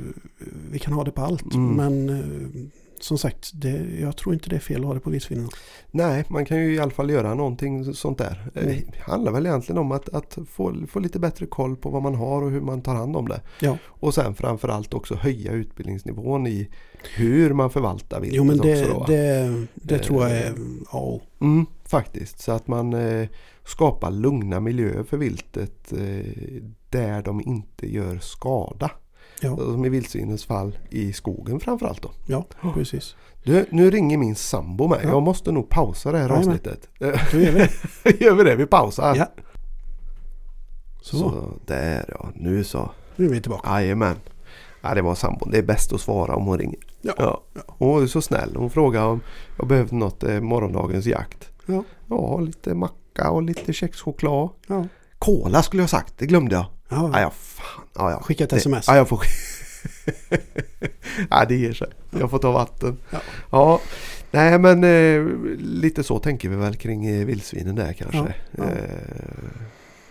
Speaker 2: vi kan ha det på allt.
Speaker 3: Mm.
Speaker 2: Men eh, som sagt, det, jag tror inte det är fel att ha det på vildsvinen.
Speaker 3: Nej, man kan ju i alla fall göra någonting sånt där. Eh,
Speaker 2: Mm.
Speaker 3: Det handlar väl egentligen om att, att få, få lite bättre koll på vad man har och hur man tar hand om det.
Speaker 2: Ja.
Speaker 3: Och sen framförallt också höja utbildningsnivån i hur man förvaltar viltet
Speaker 2: Jo men
Speaker 3: också.
Speaker 2: det,
Speaker 3: Då.
Speaker 2: det, det
Speaker 3: Eh,
Speaker 2: tror jag är A och
Speaker 3: Mm, faktiskt, så att man eh, skapar lugna miljöer för viltet eh, där de inte gör skada.
Speaker 2: Ja.
Speaker 3: Som i vildsvinens fall i skogen framförallt. Då.
Speaker 2: Ja, precis.
Speaker 3: Du, nu ringer min sambo mig.
Speaker 2: Ja.
Speaker 3: Jag måste nog pausa det här
Speaker 2: Jajamän.
Speaker 3: avsnittet. Eh,
Speaker 2: Då gör vi det.
Speaker 3: [laughs] Gör vi det? Vi pausar.
Speaker 2: Ja. Så,
Speaker 3: Så där ja, nu så.
Speaker 2: nu är vi tillbaka.
Speaker 3: Jajamän. Ja, det var sambon. Det är bäst att svara om hon ringer.
Speaker 2: Ja.
Speaker 3: Hon var ju så snäll. Hon frågade om jag behövde något eh, morgondagens jakt.
Speaker 2: Ja.
Speaker 3: Ja, lite macka och lite kexchoklad.
Speaker 2: Ja.
Speaker 3: Cola skulle jag ha sagt, det glömde
Speaker 2: Mm.
Speaker 3: jag. Ja,
Speaker 2: Ja,
Speaker 3: ja fan. Ja, ja.
Speaker 2: Skicka ett
Speaker 3: Det-
Speaker 2: sms.
Speaker 3: Ja, jag får... [laughs] ja, det ger sig. Jag får ta vatten.
Speaker 2: Ja.
Speaker 3: Ja. Nej, men eh, lite så tänker vi väl kring eh, vildsvinen där kanske.
Speaker 2: Ja, ja.
Speaker 3: Eh,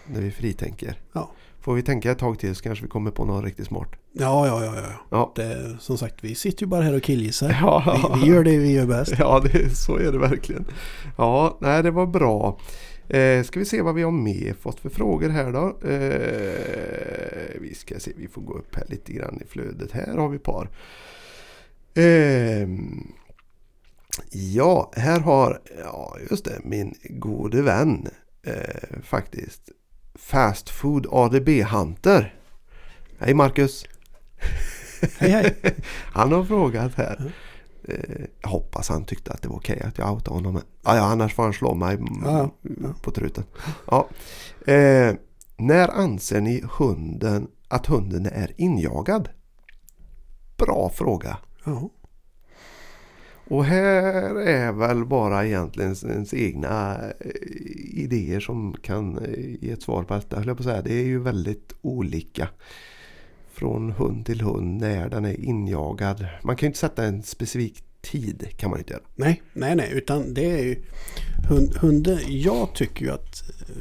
Speaker 3: när vi fritänker.
Speaker 2: Ja.
Speaker 3: Får vi tänka ett tag till så kanske vi kommer på något riktigt smart.
Speaker 2: ja, ja, ja. ja.
Speaker 3: Ja.
Speaker 2: Det, som sagt, vi sitter ju bara här och killgissar.
Speaker 3: [laughs] Ja,
Speaker 2: Vi, vi gör det vi gör bäst.
Speaker 3: ja det, så är det verkligen. Ja, nej det var bra. Eh, ska vi se vad vi har mer fått för frågor här då. Eh, vi ska se, vi får gå upp här lite grann i flödet. Här har vi ett par. Ehm, ja, här har, ja just det, min gode vän eh, faktiskt. Fast Food ADB-hunter. Hej Marcus!
Speaker 2: Hej, hej.
Speaker 3: [laughs] Han har frågat här. Eh, jag hoppas han tyckte att det var okej att jag outade honom. Ja, ja, annars får han slå mig mm,
Speaker 2: Ja,
Speaker 3: på truten. Ja. Eh, när anser ni hunden att hunden är injagad? Bra fråga.
Speaker 2: Ja.
Speaker 3: Och här är väl bara egentligen ens egna eh, idéer som kan eh, ge ett svar på detta. höll Jag på att säga. Det är ju väldigt olika från hund till hund när den är injagad. Man kan ju inte sätta en specifik tid kan man ju inte göra.
Speaker 2: Nej, nej, nej, utan det är ju hund, hunden. Jag tycker ju att eh,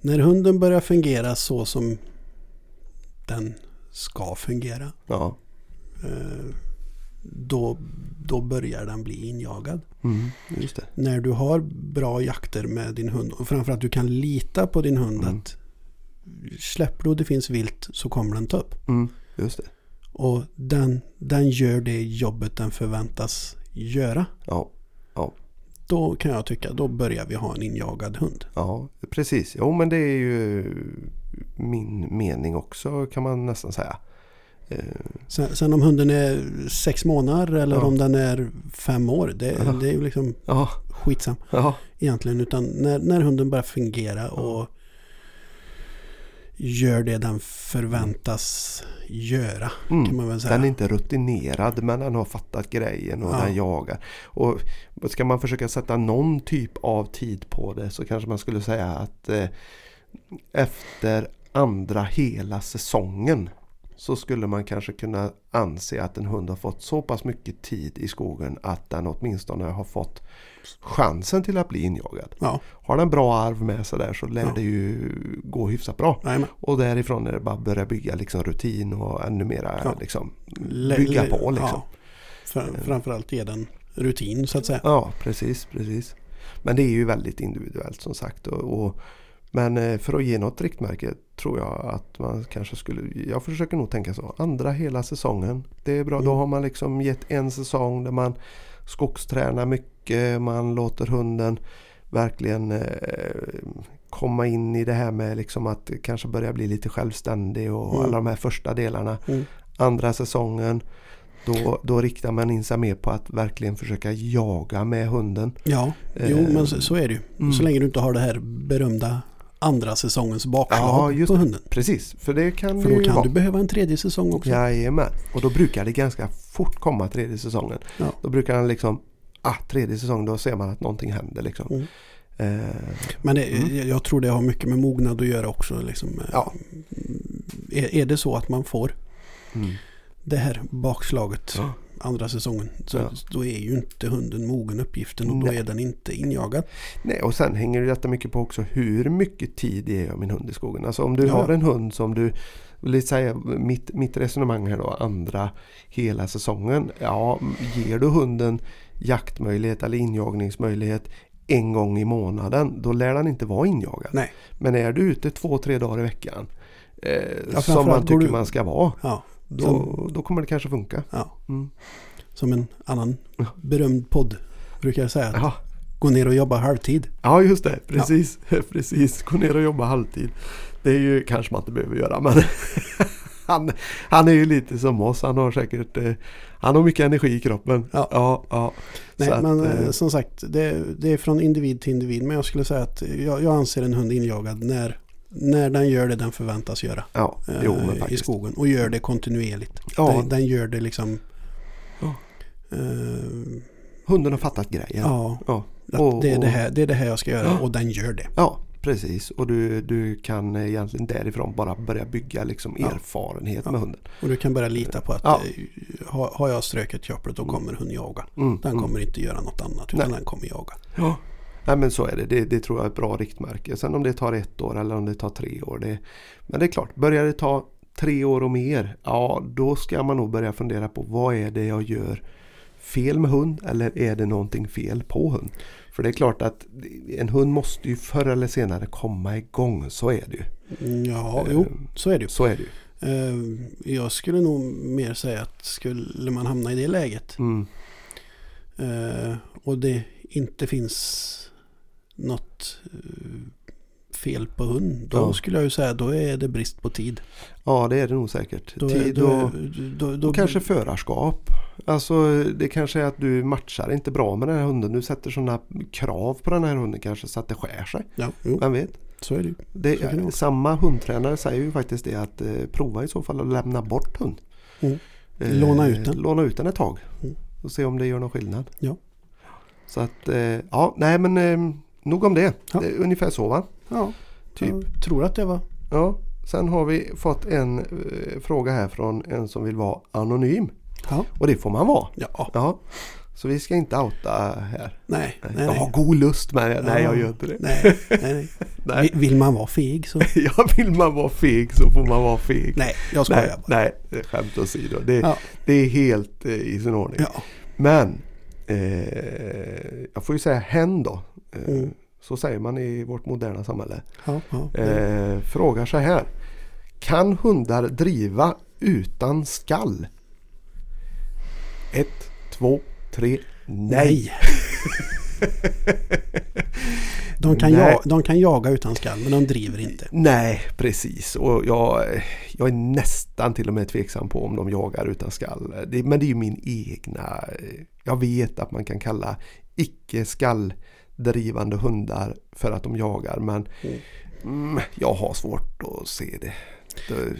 Speaker 2: När hunden börjar fungera så som den ska fungera.
Speaker 3: Ja.
Speaker 2: eh, Då, då börjar den bli injagad.
Speaker 3: Mm, just det.
Speaker 2: När du har bra jakter med din hund och framförallt du kan lita på din hund
Speaker 3: Mm.
Speaker 2: att släpper du det finns vilt så kommer den ta upp.
Speaker 3: Mm, just det.
Speaker 2: Och den, den gör det jobbet den förväntas göra.
Speaker 3: Ja. Ja.
Speaker 2: Då kan jag tycka, då börjar vi ha en injagad hund.
Speaker 3: Ja, precis. Jo, men det är ju min mening också kan man nästan säga. Eh,
Speaker 2: Sen, sen om hunden är sex månader eller
Speaker 3: Ja.
Speaker 2: om den är fem år, det,
Speaker 3: Ja.
Speaker 2: det är ju liksom
Speaker 3: Ja,
Speaker 2: skitsam
Speaker 3: ja,
Speaker 2: egentligen. Utan när, när hunden börjar fungera och gör det den förväntas göra kan
Speaker 3: mm.
Speaker 2: man väl säga.
Speaker 3: Den är inte rutinerad men den har fattat grejen och
Speaker 2: Ja.
Speaker 3: den jagar. Och ska man försöka sätta någon typ av tid på det så kanske man skulle säga att eh, efter andra hela säsongen så skulle man kanske kunna anse att en hund har fått så pass mycket tid i skogen att den åtminstone har fått chansen till att bli injagad.
Speaker 2: Ja,
Speaker 3: Har den bra arv med sig där så lär
Speaker 2: Ja.
Speaker 3: det ju gå hyfsat bra.
Speaker 2: jajamän.
Speaker 3: Och därifrån är det bara att börja bygga liksom rutin och ännu mera
Speaker 2: Ja.
Speaker 3: liksom,
Speaker 2: Le-
Speaker 3: bygga
Speaker 2: le-
Speaker 3: på. Liksom.
Speaker 2: Ja. Fra- Framförallt ge den rutin så att säga.
Speaker 3: Ja, precis, precis. Men det är ju väldigt individuellt som sagt. Och, och, men eh, för att ge något riktmärke tror jag att man kanske skulle, jag försöker nog tänka så, andra hela säsongen. Det är bra, då
Speaker 2: Mm.
Speaker 3: har man liksom gett en säsong där man skogstränar mycket, man låter hunden verkligen eh, komma in i det här med liksom att kanske börja bli lite självständig och
Speaker 2: Mm.
Speaker 3: alla de här första delarna
Speaker 2: Mm.
Speaker 3: andra säsongen då, då riktar man in sig mer på att verkligen försöka jaga med hunden.
Speaker 2: Ja, jo
Speaker 3: Eh,
Speaker 2: men så, så är det ju.
Speaker 3: mm.
Speaker 2: Så länge du inte har det här berömda andra säsongens bakslag
Speaker 3: Ja, just
Speaker 2: på hunden.
Speaker 3: Precis, för det kan
Speaker 2: För
Speaker 3: det
Speaker 2: då
Speaker 3: ju
Speaker 2: kan
Speaker 3: vara.
Speaker 2: du behöva en tredje säsong också.
Speaker 3: Jajamän, och då brukar det ganska fort komma tredje säsongen.
Speaker 2: Ja.
Speaker 3: Då brukar den liksom, ah tredje säsong, då ser man att någonting händer liksom.
Speaker 2: Mm.
Speaker 3: Eh,
Speaker 2: Men det,
Speaker 3: Mm.
Speaker 2: jag- jag tror det har mycket med mognad att göra också. Liksom. mm,
Speaker 3: Ja.
Speaker 2: Är, är det så att man får
Speaker 3: mm.
Speaker 2: det här bakslaget
Speaker 3: Ja.
Speaker 2: andra säsongen så
Speaker 3: Ja.
Speaker 2: då är ju inte hunden mogen uppgiften och då
Speaker 3: Nej.
Speaker 2: är den inte injagad.
Speaker 3: Nej, och sen hänger det detta mycket på också hur mycket tid ger jag min hund i skogen. Alltså om du
Speaker 2: Ja.
Speaker 3: har en hund som du, vill säga mitt, mitt resonemang här då, andra hela säsongen. Ja, ger du hunden jaktmöjlighet eller injagningsmöjlighet en gång i månaden, då lär den inte vara injagad.
Speaker 2: Nej.
Speaker 3: Men är du ute två, tre dagar i veckan, eh, som man
Speaker 2: framförallt går
Speaker 3: tycker
Speaker 2: du-
Speaker 3: man ska vara,
Speaker 2: Ja.
Speaker 3: då, då kommer det kanske funka.
Speaker 2: ja.
Speaker 3: Mm.
Speaker 2: Som en annan
Speaker 3: Ja.
Speaker 2: berömd podd brukar jag säga. Att
Speaker 3: Ja.
Speaker 2: Gå ner och jobba halvtid.
Speaker 3: Ja just det, precis. [laughs] precis. Gå ner och jobba halvtid. Det är ju kanske man inte behöver göra men [laughs] han, han är ju lite som oss. Han har säkert eh, han har mycket energi i kroppen.
Speaker 2: Ja.
Speaker 3: ja, ja.
Speaker 2: Nej,
Speaker 3: Så att,
Speaker 2: men
Speaker 3: eh,
Speaker 2: eh, som sagt, det, det är från individ till individ. Men jag skulle säga att jag, jag anser en hund injagad när, när den gör det den förväntas göra
Speaker 3: ja,
Speaker 2: eh,
Speaker 3: jo, men
Speaker 2: i
Speaker 3: faktiskt.
Speaker 2: skogen. Och gör det kontinuerligt.
Speaker 3: Ja,
Speaker 2: Den, den gör det liksom...
Speaker 3: Ja.
Speaker 2: eh,
Speaker 3: hunden har fattat grejen. Ja,
Speaker 2: ja.
Speaker 3: ja.
Speaker 2: att
Speaker 3: Och-
Speaker 2: det, är det,
Speaker 3: och-
Speaker 2: här, det är det här jag ska göra
Speaker 3: Ja.
Speaker 2: och den gör det.
Speaker 3: precis. Och du, du kan egentligen därifrån bara börja bygga liksom
Speaker 2: Ja.
Speaker 3: erfarenhet
Speaker 2: Ja.
Speaker 3: med hunden.
Speaker 2: Och du kan börja lita på att
Speaker 3: Ja.
Speaker 2: eh, har, har jag ströket i jobbet då kommer hon jaga.
Speaker 3: Mm,
Speaker 2: Den
Speaker 3: mm.
Speaker 2: kommer inte göra något annat utan
Speaker 3: Nej.
Speaker 2: den kommer jaga.
Speaker 3: Ja. Nej men så är det. det. Det tror jag är ett bra riktmärke. Sen om det tar ett år eller om det tar tre år. Det, men det är klart, börjar det ta tre år och mer. Ja, då ska man nog börja fundera på vad är det jag gör fel med hund eller är det någonting fel på hund? För det är klart att en hund måste ju förr eller senare komma igång. Så är det ju.
Speaker 2: Mm, Ja,
Speaker 3: Eh,
Speaker 2: jo, så är det ju.
Speaker 3: Så är det ju.
Speaker 2: Eh, Jag skulle nog mer säga att skulle man hamna i det läget
Speaker 3: Mm.
Speaker 2: eh, och det inte finns något eh, fel på hund. Då
Speaker 3: Ja.
Speaker 2: skulle jag ju säga då är det brist på tid.
Speaker 3: Ja, det är det nog säkert.
Speaker 2: Då, är-
Speaker 3: Tid
Speaker 2: då,
Speaker 3: och...
Speaker 2: är- då, då,
Speaker 3: Och kanske förarskap. Alltså det kanske är att du matchar inte bra med den här hunden. Du sätter sådana krav på den här hunden kanske så att det skär sig.
Speaker 2: Ja, jo,
Speaker 3: Vem vet?
Speaker 2: så är det ju.
Speaker 3: Det,
Speaker 2: Så kan det vara.
Speaker 3: samma hundtränare säger ju faktiskt det att eh, prova i så fall att lämna bort hund. Eh,
Speaker 2: Mm. Låna ut den.
Speaker 3: Låna ut den ett tag.
Speaker 2: Mm.
Speaker 3: Och se om det gör någon skillnad.
Speaker 2: Ja.
Speaker 3: Så att, eh, ja, nej men eh, nog om det.
Speaker 2: Ja.
Speaker 3: det är ungefär så va?
Speaker 2: Ja,
Speaker 3: Typ.
Speaker 2: jag tror att det var.
Speaker 3: Ja. Sen har vi fått en eh, fråga här från en som vill vara anonym.
Speaker 2: Ja,
Speaker 3: Och det får man vara.
Speaker 2: ja.
Speaker 3: Ja. Så vi ska inte outa här.
Speaker 2: Nej, nej,
Speaker 3: jag har
Speaker 2: nej.
Speaker 3: god lust men jag- nej
Speaker 2: Ja.
Speaker 3: jag gör inte det.
Speaker 2: nej, nej, nej.
Speaker 3: [laughs] Nej.
Speaker 2: Vill- Vill man vara feg så...
Speaker 3: Ja, vill man vara feg så får man vara feg.
Speaker 2: Nej, jag skojar
Speaker 3: nej,
Speaker 2: bara.
Speaker 3: nej det- skämt åsido. Det,
Speaker 2: Ja.
Speaker 3: det är helt eh, i sin ordning.
Speaker 2: Ja.
Speaker 3: Men eh, jag får ju säga hen då. Eh,
Speaker 2: Mm.
Speaker 3: Så säger man i vårt moderna samhälle.
Speaker 2: Ja, ja, ja.
Speaker 3: Eh, frågar så här. Kan hundar driva utan skall? Ett, två, tre. Nej. [laughs]
Speaker 2: De kan,
Speaker 3: Nej.
Speaker 2: ja, de kan jaga utan skall men de driver inte.
Speaker 3: Nej, precis. Och jag, jag är nästan till och med tveksam på om de jagar utan skall. Det, men det är ju min egna... Jag vet att man kan kalla icke skalldrivande hundar för att de jagar. Men
Speaker 2: Mm.
Speaker 3: mm, jag har svårt att se det. Det-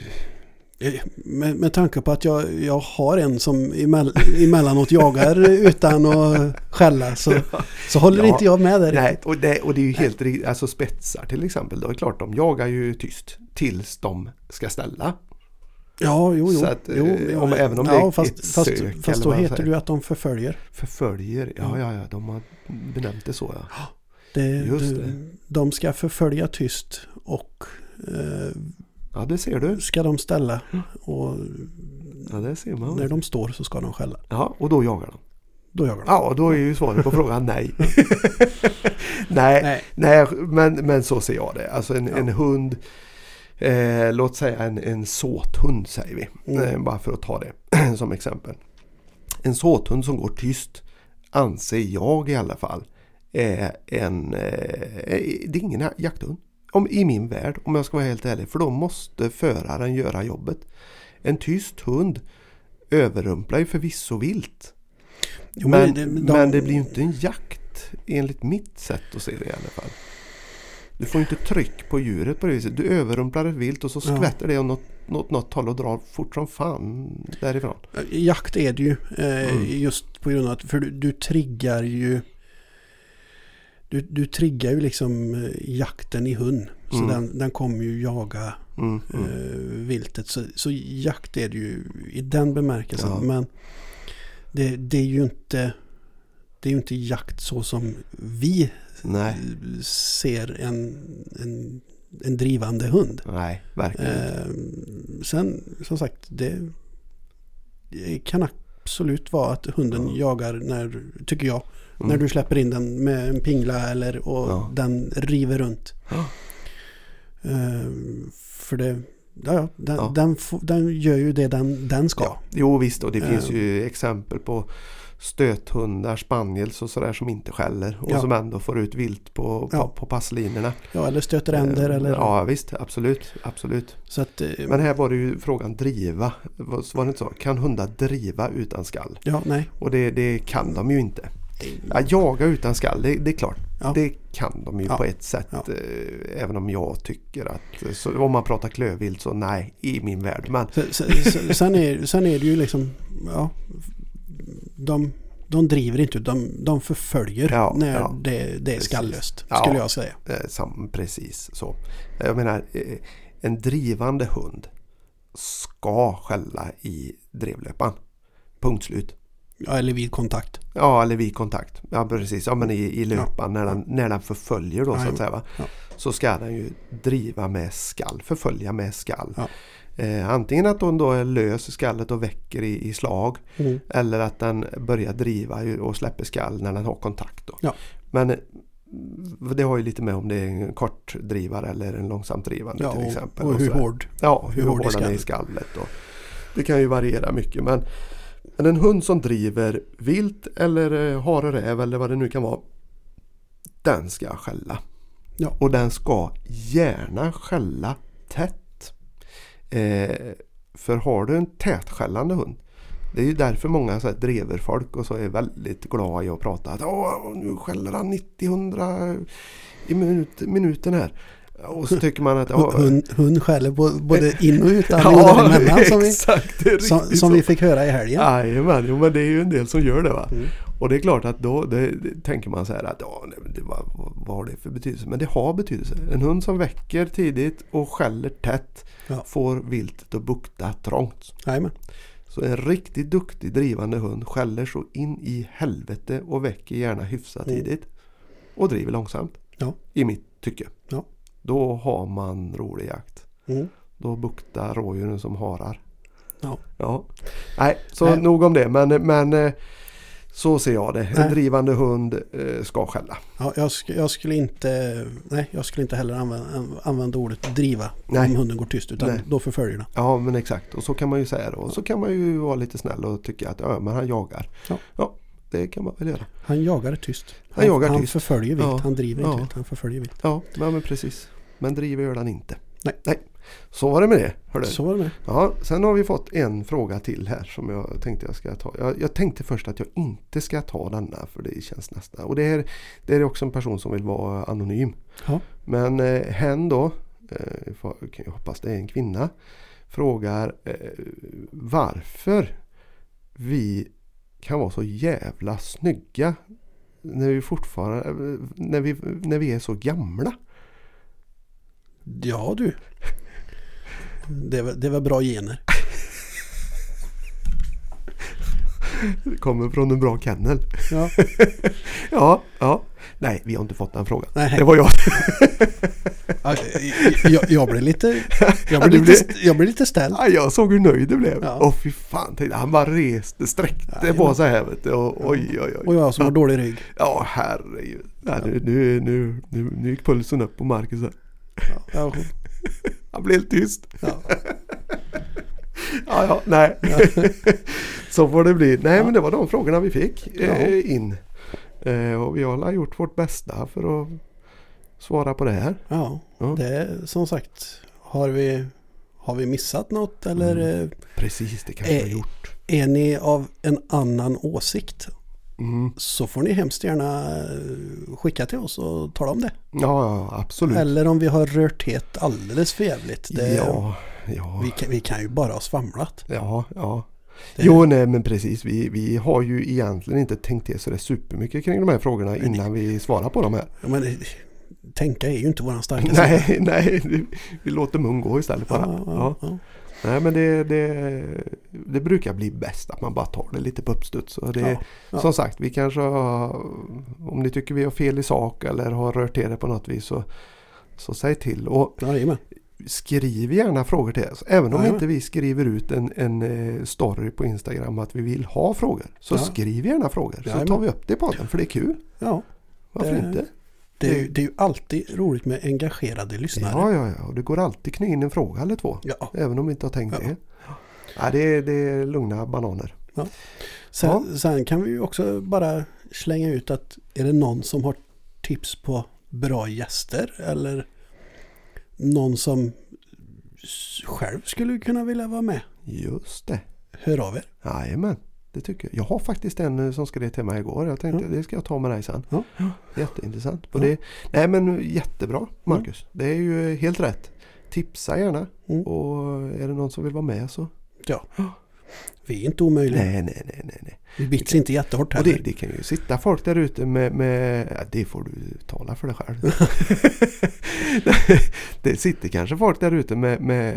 Speaker 2: Eh, Med, med tanke på att jag, jag har en som emell, emellanåt jagar utan att skälla så, så håller
Speaker 3: Ja.
Speaker 2: inte jag med där.
Speaker 3: Nej, och det, och det är ju helt riktigt. Alltså spetsar till exempel. Då är det klart, de jagar ju tyst tills de ska ställa.
Speaker 2: Ja, jo, jo.
Speaker 3: Så att, eh,
Speaker 2: jo men-
Speaker 3: om- även om det är
Speaker 2: ja,
Speaker 3: ett
Speaker 2: fast, fast,
Speaker 3: sök, eller
Speaker 2: fast då
Speaker 3: vad man
Speaker 2: heter
Speaker 3: säger.
Speaker 2: det ju att de förföljer.
Speaker 3: Förföljer, ja ja ja, de har benämnt det så ja.
Speaker 2: Det,
Speaker 3: Just
Speaker 2: du,
Speaker 3: det.
Speaker 2: De ska förfölja tyst och eh,
Speaker 3: Ja det ser du.
Speaker 2: ska de ställa.
Speaker 3: Mm.
Speaker 2: Och
Speaker 3: Ja det ser man.
Speaker 2: när de står så ska de skälla.
Speaker 3: Ja, och då jagar de.
Speaker 2: Då jagar de.
Speaker 3: Ja, då är ju svaret på frågan nej. [laughs] nej,
Speaker 2: Nej.
Speaker 3: nej men, men så ser jag det. Alltså en,
Speaker 2: Ja.
Speaker 3: en hund, eh, låt säga en, en såthund säger vi.
Speaker 2: Mm.
Speaker 3: Eh, bara för att ta det [clears throat] som exempel. En såthund som går tyst anser jag i alla fall är en, eh, det är ingen jakthund. Om, I min värld om jag ska vara helt ärlig. För då måste föraren göra jobbet. En tyst hund överrumplar ju förvisso vilt.
Speaker 2: Jo,
Speaker 3: Men,
Speaker 2: det-
Speaker 3: men det blir ju inte en jakt enligt mitt sätt att se det i alla fall. Du får ju inte tryck på djuret på det viset. Du överrumplar ett vilt och så
Speaker 2: Ja.
Speaker 3: skvätter det åt något, något, något håll och drar fort som fan därifrån.
Speaker 2: Jakt är det ju. Eh,
Speaker 3: Mm.
Speaker 2: Just på grund av att för du, du triggar ju du, du triggar ju liksom eh, jakten i hund. Så
Speaker 3: Mm.
Speaker 2: den, den kommer ju jaga
Speaker 3: Mm, mm.
Speaker 2: eh, viltet. Så, så jakt är det ju i den bemärkelsen.
Speaker 3: Ja.
Speaker 2: Men det, det är ju inte det är ju inte jakt så som vi
Speaker 3: Nej,
Speaker 2: ser en, en, en drivande hund.
Speaker 3: nej, verkligen inte.
Speaker 2: Eh, sen som sagt, det det kan absolut vara att hunden
Speaker 3: Ja.
Speaker 2: jagar när, tycker jag,
Speaker 3: Mm.
Speaker 2: när du släpper in den med en pingla eller och
Speaker 3: Ja.
Speaker 2: den river runt.
Speaker 3: Ja.
Speaker 2: Eh, för det, ja, ja, den,
Speaker 3: Ja.
Speaker 2: Den, får- den gör ju det den, den ska.
Speaker 3: Ja. Jo visst, och det
Speaker 2: Eh.
Speaker 3: finns ju exempel på stöthundar, spaniels och sådär som inte skäller och
Speaker 2: Ja.
Speaker 3: som ändå får ut vilt på, på,
Speaker 2: Ja.
Speaker 3: på passlinorna.
Speaker 2: Ja, eller stöter änder
Speaker 3: Eh,
Speaker 2: eller
Speaker 3: Ja visst, absolut. absolut.
Speaker 2: så att, eh,
Speaker 3: Men här var det ju frågan driva. Vad- Var det inte så? Kan hundar driva utan skall?
Speaker 2: ja, nej.
Speaker 3: Och det, det kan de ju inte. Ja, jaga utan skall, det, det är klart.
Speaker 2: Ja.
Speaker 3: Det kan de ju
Speaker 2: Ja.
Speaker 3: på ett sätt.
Speaker 2: Ja.
Speaker 3: Eh, även om jag tycker att... eh, Så, om man pratar klövvilt så nej, i min värld. Men
Speaker 2: Sen, sen, sen, är, sen är det ju liksom, ja, de, de driver inte, de, de förföljer
Speaker 3: Ja,
Speaker 2: när
Speaker 3: ja.
Speaker 2: Det, det är
Speaker 3: Precis.
Speaker 2: skallöst,
Speaker 3: Ja.
Speaker 2: skulle jag säga.
Speaker 3: eh, sam, precis så. Jag menar, eh, en drivande hund ska skälla i drevlöpan. Punkt slut.
Speaker 2: Ja, eller vid kontakt.
Speaker 3: Ja, eller vid kontakt. Ja, precis. Ja, men i, i löpan när, den, när den förföljer då så
Speaker 2: Ja,
Speaker 3: att säga. Va?
Speaker 2: ja.
Speaker 3: Så ska den ju driva med skall, förfölja med skall.
Speaker 2: Ja.
Speaker 3: Eh, antingen att hon då är lös i skallet och väcker i, i slag. Eller att den börjar driva ju och släpper skall när den har kontakt. Då.
Speaker 2: Ja.
Speaker 3: Men eh, det har ju lite med om det är en kortdrivare eller en långsamt drivande
Speaker 2: Ja,
Speaker 3: till
Speaker 2: och,
Speaker 3: exempel.
Speaker 2: och hur
Speaker 3: sådär.
Speaker 2: hård.
Speaker 3: Ja, hur
Speaker 2: Hur hård
Speaker 3: hård
Speaker 2: är
Speaker 3: den är i
Speaker 2: skallen?
Speaker 3: skallet. Då. Det kan ju variera mycket. Men, men en hund som driver vilt eller eh, hare räv eller vad det nu kan vara. Den ska skälla.
Speaker 2: Ja.
Speaker 3: Och den ska gärna skälla tätt. Eh, för har du en tätskällande hund. Det är ju därför många så här dreverfolk och så är väldigt glada i att prata. Att, Åh, nu skäller han 90-100 i minut, minuten här. Och så tycker man att... "Åh,
Speaker 2: Hund, hund skäller bo- både in och ut
Speaker 3: [laughs] Ja,
Speaker 2: ja, som, vi,
Speaker 3: exakt. Det är
Speaker 2: som,
Speaker 3: riktigt
Speaker 2: som vi
Speaker 3: så.
Speaker 2: fick höra i helgen.
Speaker 3: Jajamän, jo, men det är ju en del som gör det va.
Speaker 2: Mm.
Speaker 3: Och det är klart att då det, det, tänker man så här att ja, nej, men det, vad, vad- vad har det för betydelse? Men det har betydelse. En hund som väcker tidigt och skäller tätt
Speaker 2: Ja.
Speaker 3: får viltet att bukta trångt.
Speaker 2: Jajamän.
Speaker 3: Så en riktigt duktig drivande hund skäller så in i helvete och väcker gärna hyfsat
Speaker 2: Mm.
Speaker 3: tidigt. Och driver långsamt.
Speaker 2: Ja.
Speaker 3: I mitt tycke.
Speaker 2: Ja.
Speaker 3: Då har man rolig jakt.
Speaker 2: Mm.
Speaker 3: Då buktar rådjuren som harar.
Speaker 2: Ja.
Speaker 3: Ja. Nej, så
Speaker 2: Nej.
Speaker 3: nog om det. Men, men eh, så ser jag det. En
Speaker 2: Nej.
Speaker 3: drivande hund eh, ska skälla.
Speaker 2: Ja, jag, sk- jag, skulle inte, nej, jag skulle inte heller använda, använda ordet driva
Speaker 3: Nej.
Speaker 2: om hunden går tyst utan
Speaker 3: Nej.
Speaker 2: då förföljer den.
Speaker 3: Ja men exakt och så kan man ju säga det. Och så kan man ju vara lite snäll och tycka att ja, men han jagar.
Speaker 2: Ja.
Speaker 3: det kan man väl göra.
Speaker 2: Han jagar tyst.
Speaker 3: Han jagar
Speaker 2: han
Speaker 3: tyst.
Speaker 2: förföljer vilt.
Speaker 3: Ja.
Speaker 2: Han driver
Speaker 3: Ja.
Speaker 2: inte vilt. Han förföljer vilt.
Speaker 3: Ja, ja men precis. Men driver gör han inte.
Speaker 2: Nej.
Speaker 3: Så var det med det. Hörde.
Speaker 2: Så var det med.
Speaker 3: Ja, sen har vi fått en fråga till här som jag tänkte jag ska ta. Jag, jag tänkte först att jag inte ska ta denna för det känns nästan. Och det är, det är också en person som vill vara anonym.
Speaker 2: Ja.
Speaker 3: Men eh, hen då, eh, får- kan jag hoppas det är en kvinna, frågar eh, varför vi kan vara så jävla snygga när vi fortfarande, när vi, när vi är så gamla.
Speaker 2: Ja du. Det var, det var bra gener.
Speaker 3: Det kommer från en bra kennel.
Speaker 2: Ja.
Speaker 3: Ja, ja. Nej, vi har inte fått den frågan.
Speaker 2: Nej.
Speaker 3: Det var jag.
Speaker 2: Ja, Jag, jag blev lite, jag
Speaker 3: Ja, du
Speaker 2: blev lite,
Speaker 3: blev-
Speaker 2: st- jag blev lite ställd.
Speaker 3: Ja, jag såg hur nöjd du blev.
Speaker 2: Ja.
Speaker 3: Åh fy fan, tänkte, jag. han bara reste, sträckte
Speaker 2: Ja,
Speaker 3: på sig här vet du. Och, Oj, oj,
Speaker 2: Och
Speaker 3: oj.
Speaker 2: jag som har dålig rygg.
Speaker 3: Ja, herregud. Ja, nu, nu, nu, nu, nu gick pulsen upp på Marcus. här.
Speaker 2: Ja,
Speaker 3: Han blev helt tyst. [laughs]
Speaker 2: ja.
Speaker 3: Ja, ja, nej. [laughs] Så får det bli. Nej, men det var de frågorna vi fick
Speaker 2: Ja.
Speaker 3: eh, in. Eh, och vi har alla gjort vårt bästa för att svara på det här.
Speaker 2: ja.
Speaker 3: Ja.
Speaker 2: Det är som sagt, har vi, har vi missat något eller
Speaker 3: Mm.
Speaker 2: eh,
Speaker 3: Precis, det kanske vi har
Speaker 2: Eh.
Speaker 3: gjort.
Speaker 2: är ni av en annan åsikt
Speaker 3: Mm.
Speaker 2: så får ni hemskt gärna eh, skicka till oss och tala om det.
Speaker 3: Ja, ja, absolut.
Speaker 2: Eller om vi har rört het alldeles för jävligt. Det,
Speaker 3: Ja, ja.
Speaker 2: vi, kan, vi kan ju bara ha svamlat.
Speaker 3: Ja, ja.
Speaker 2: Det-
Speaker 3: Jo, nej men precis. Vi, vi har ju egentligen inte tänkt till sådär supermycket kring de här frågorna innan vi svarar
Speaker 2: [laughs]
Speaker 3: på dem här.
Speaker 2: Ja, Men, eh, tänka är ju inte våran starka sida.
Speaker 3: Nej, nej. vi- Vi låter mun gå istället bara.
Speaker 2: Ja, ja, ja.
Speaker 3: Nej, men det, det, det brukar bli bäst att man bara tar det lite på uppstuds. Och det,
Speaker 2: Ja, ja.
Speaker 3: Som sagt, vi kanske har, om ni tycker vi har fel i sak eller har rört till det på något vis så, så säg till. Och
Speaker 2: Jajamän.
Speaker 3: skriv gärna frågor till oss. Även om
Speaker 2: Ja.
Speaker 3: inte vi skriver ut en, en eh, story på Instagram att vi vill ha frågor. Så
Speaker 2: Ja.
Speaker 3: skriv gärna frågor. Så
Speaker 2: Jajamän.
Speaker 3: tar vi upp det på podden för det är kul.
Speaker 2: Ja,
Speaker 3: Varför
Speaker 2: Det-
Speaker 3: inte?
Speaker 2: det är, ju, det är ju alltid roligt med engagerade lyssnare.
Speaker 3: Ja, ja, ja. Och det går alltid kny in en fråga eller två.
Speaker 2: Ja.
Speaker 3: Även om vi inte har tänkt
Speaker 2: Ja.
Speaker 3: det. Ja, det, är, det är lugna bananer.
Speaker 2: Sen,
Speaker 3: Ja.
Speaker 2: sen kan vi ju också bara slänga ut att är det någon som har tips på bra gäster eller någon som s- själv skulle kunna vilja vara med,
Speaker 3: Just det.
Speaker 2: hör av er.
Speaker 3: Jajamän. Det tycker jag. Jag har faktiskt en eh, som skrev till mig igår. Jag tänkte det ska jag ta med dig sen.
Speaker 2: Ja.
Speaker 3: Jätteintressant. Och
Speaker 2: Ja. Mm.
Speaker 3: det, nej men jättebra Marcus. Det är ju helt rätt. Tipsa gärna.
Speaker 2: Mm.
Speaker 3: Och är det någon som vill vara med så.
Speaker 2: Ja. Vi är inte omöjliga.
Speaker 3: Nej, nej, nej, nej. nej.
Speaker 2: Vi bits inte jättehårt
Speaker 3: Och det,
Speaker 2: heller.
Speaker 3: det kan ju sitta folk där ute med, med ja, det får du tala för dig själv.
Speaker 2: [laughs]
Speaker 3: det sitter kanske folk där ute med, med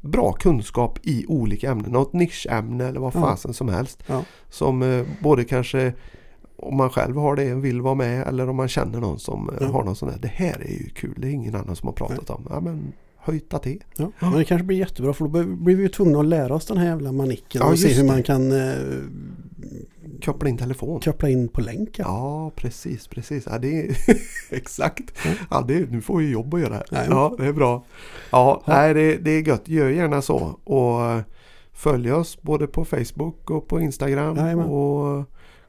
Speaker 3: bra kunskap i olika ämnen. Något nischämne eller vad
Speaker 2: Ja.
Speaker 3: fasen som helst.
Speaker 2: Ja.
Speaker 3: Som eh, både kanske om man själv har det, vill vara med eller om man känner någon som eh,
Speaker 2: Ja.
Speaker 3: har någon sån här. Det här är ju kul, det är ingen annan som har pratat om. Ja men höjta till.
Speaker 2: Ja. Men det kanske blir jättebra för då be- blir vi ju tvungna att lära oss den här jävla manicken
Speaker 3: Ja,
Speaker 2: och se
Speaker 3: just
Speaker 2: hur
Speaker 3: det.
Speaker 2: man kan eh,
Speaker 3: Koppla in telefon.
Speaker 2: koppla in på länk. Ja.
Speaker 3: Ja, precis, precis. Ja, det är, [laughs] exakt. Ja, det, nu får vi jobb att göra. här.
Speaker 2: Nej.
Speaker 3: Ja, det är bra. Ja,
Speaker 2: Ja.
Speaker 3: Nej, det, det är gött. Gör gärna så. Och eh, följ oss både på Facebook och på Instagram.
Speaker 2: Jajamän.
Speaker 3: Och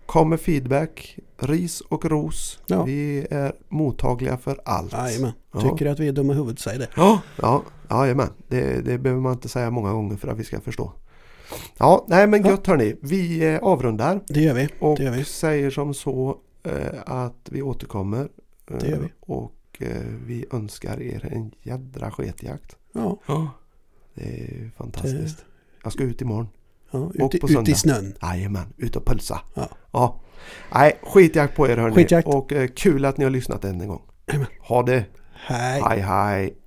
Speaker 3: kom med feedback. Ris och ros.
Speaker 2: Ja.
Speaker 3: Vi är mottagliga för allt.
Speaker 2: Jajamän.
Speaker 3: Ja.
Speaker 2: Tycker du att vi är dumma i huvudet, säg det.
Speaker 3: Ja, ja, jajamän. Det, det behöver man inte säga många gånger för att vi ska förstå. Ja, nej men
Speaker 2: Ja.
Speaker 3: gött hörni. Vi eh, avrundar.
Speaker 2: Det gör vi.
Speaker 3: Och
Speaker 2: Det gör vi.
Speaker 3: säger som så eh, att vi återkommer. Eh,
Speaker 2: Det gör vi.
Speaker 3: Och eh, vi önskar er en jädra sketjakt.
Speaker 2: Ja,
Speaker 3: Det är fantastiskt. Jag ska ut imorgon.
Speaker 2: ja.
Speaker 3: Och
Speaker 2: Ut, i-
Speaker 3: på
Speaker 2: ut i
Speaker 3: söndag.
Speaker 2: snön.
Speaker 3: Jajamän, ut och pulsa.
Speaker 2: Ja.
Speaker 3: ja. Nej, skitjakt på er hörni.
Speaker 2: Skitjakt.
Speaker 3: Och eh, kul att ni har lyssnat än en gång. Ha det.
Speaker 2: Hej.
Speaker 3: Hej hej.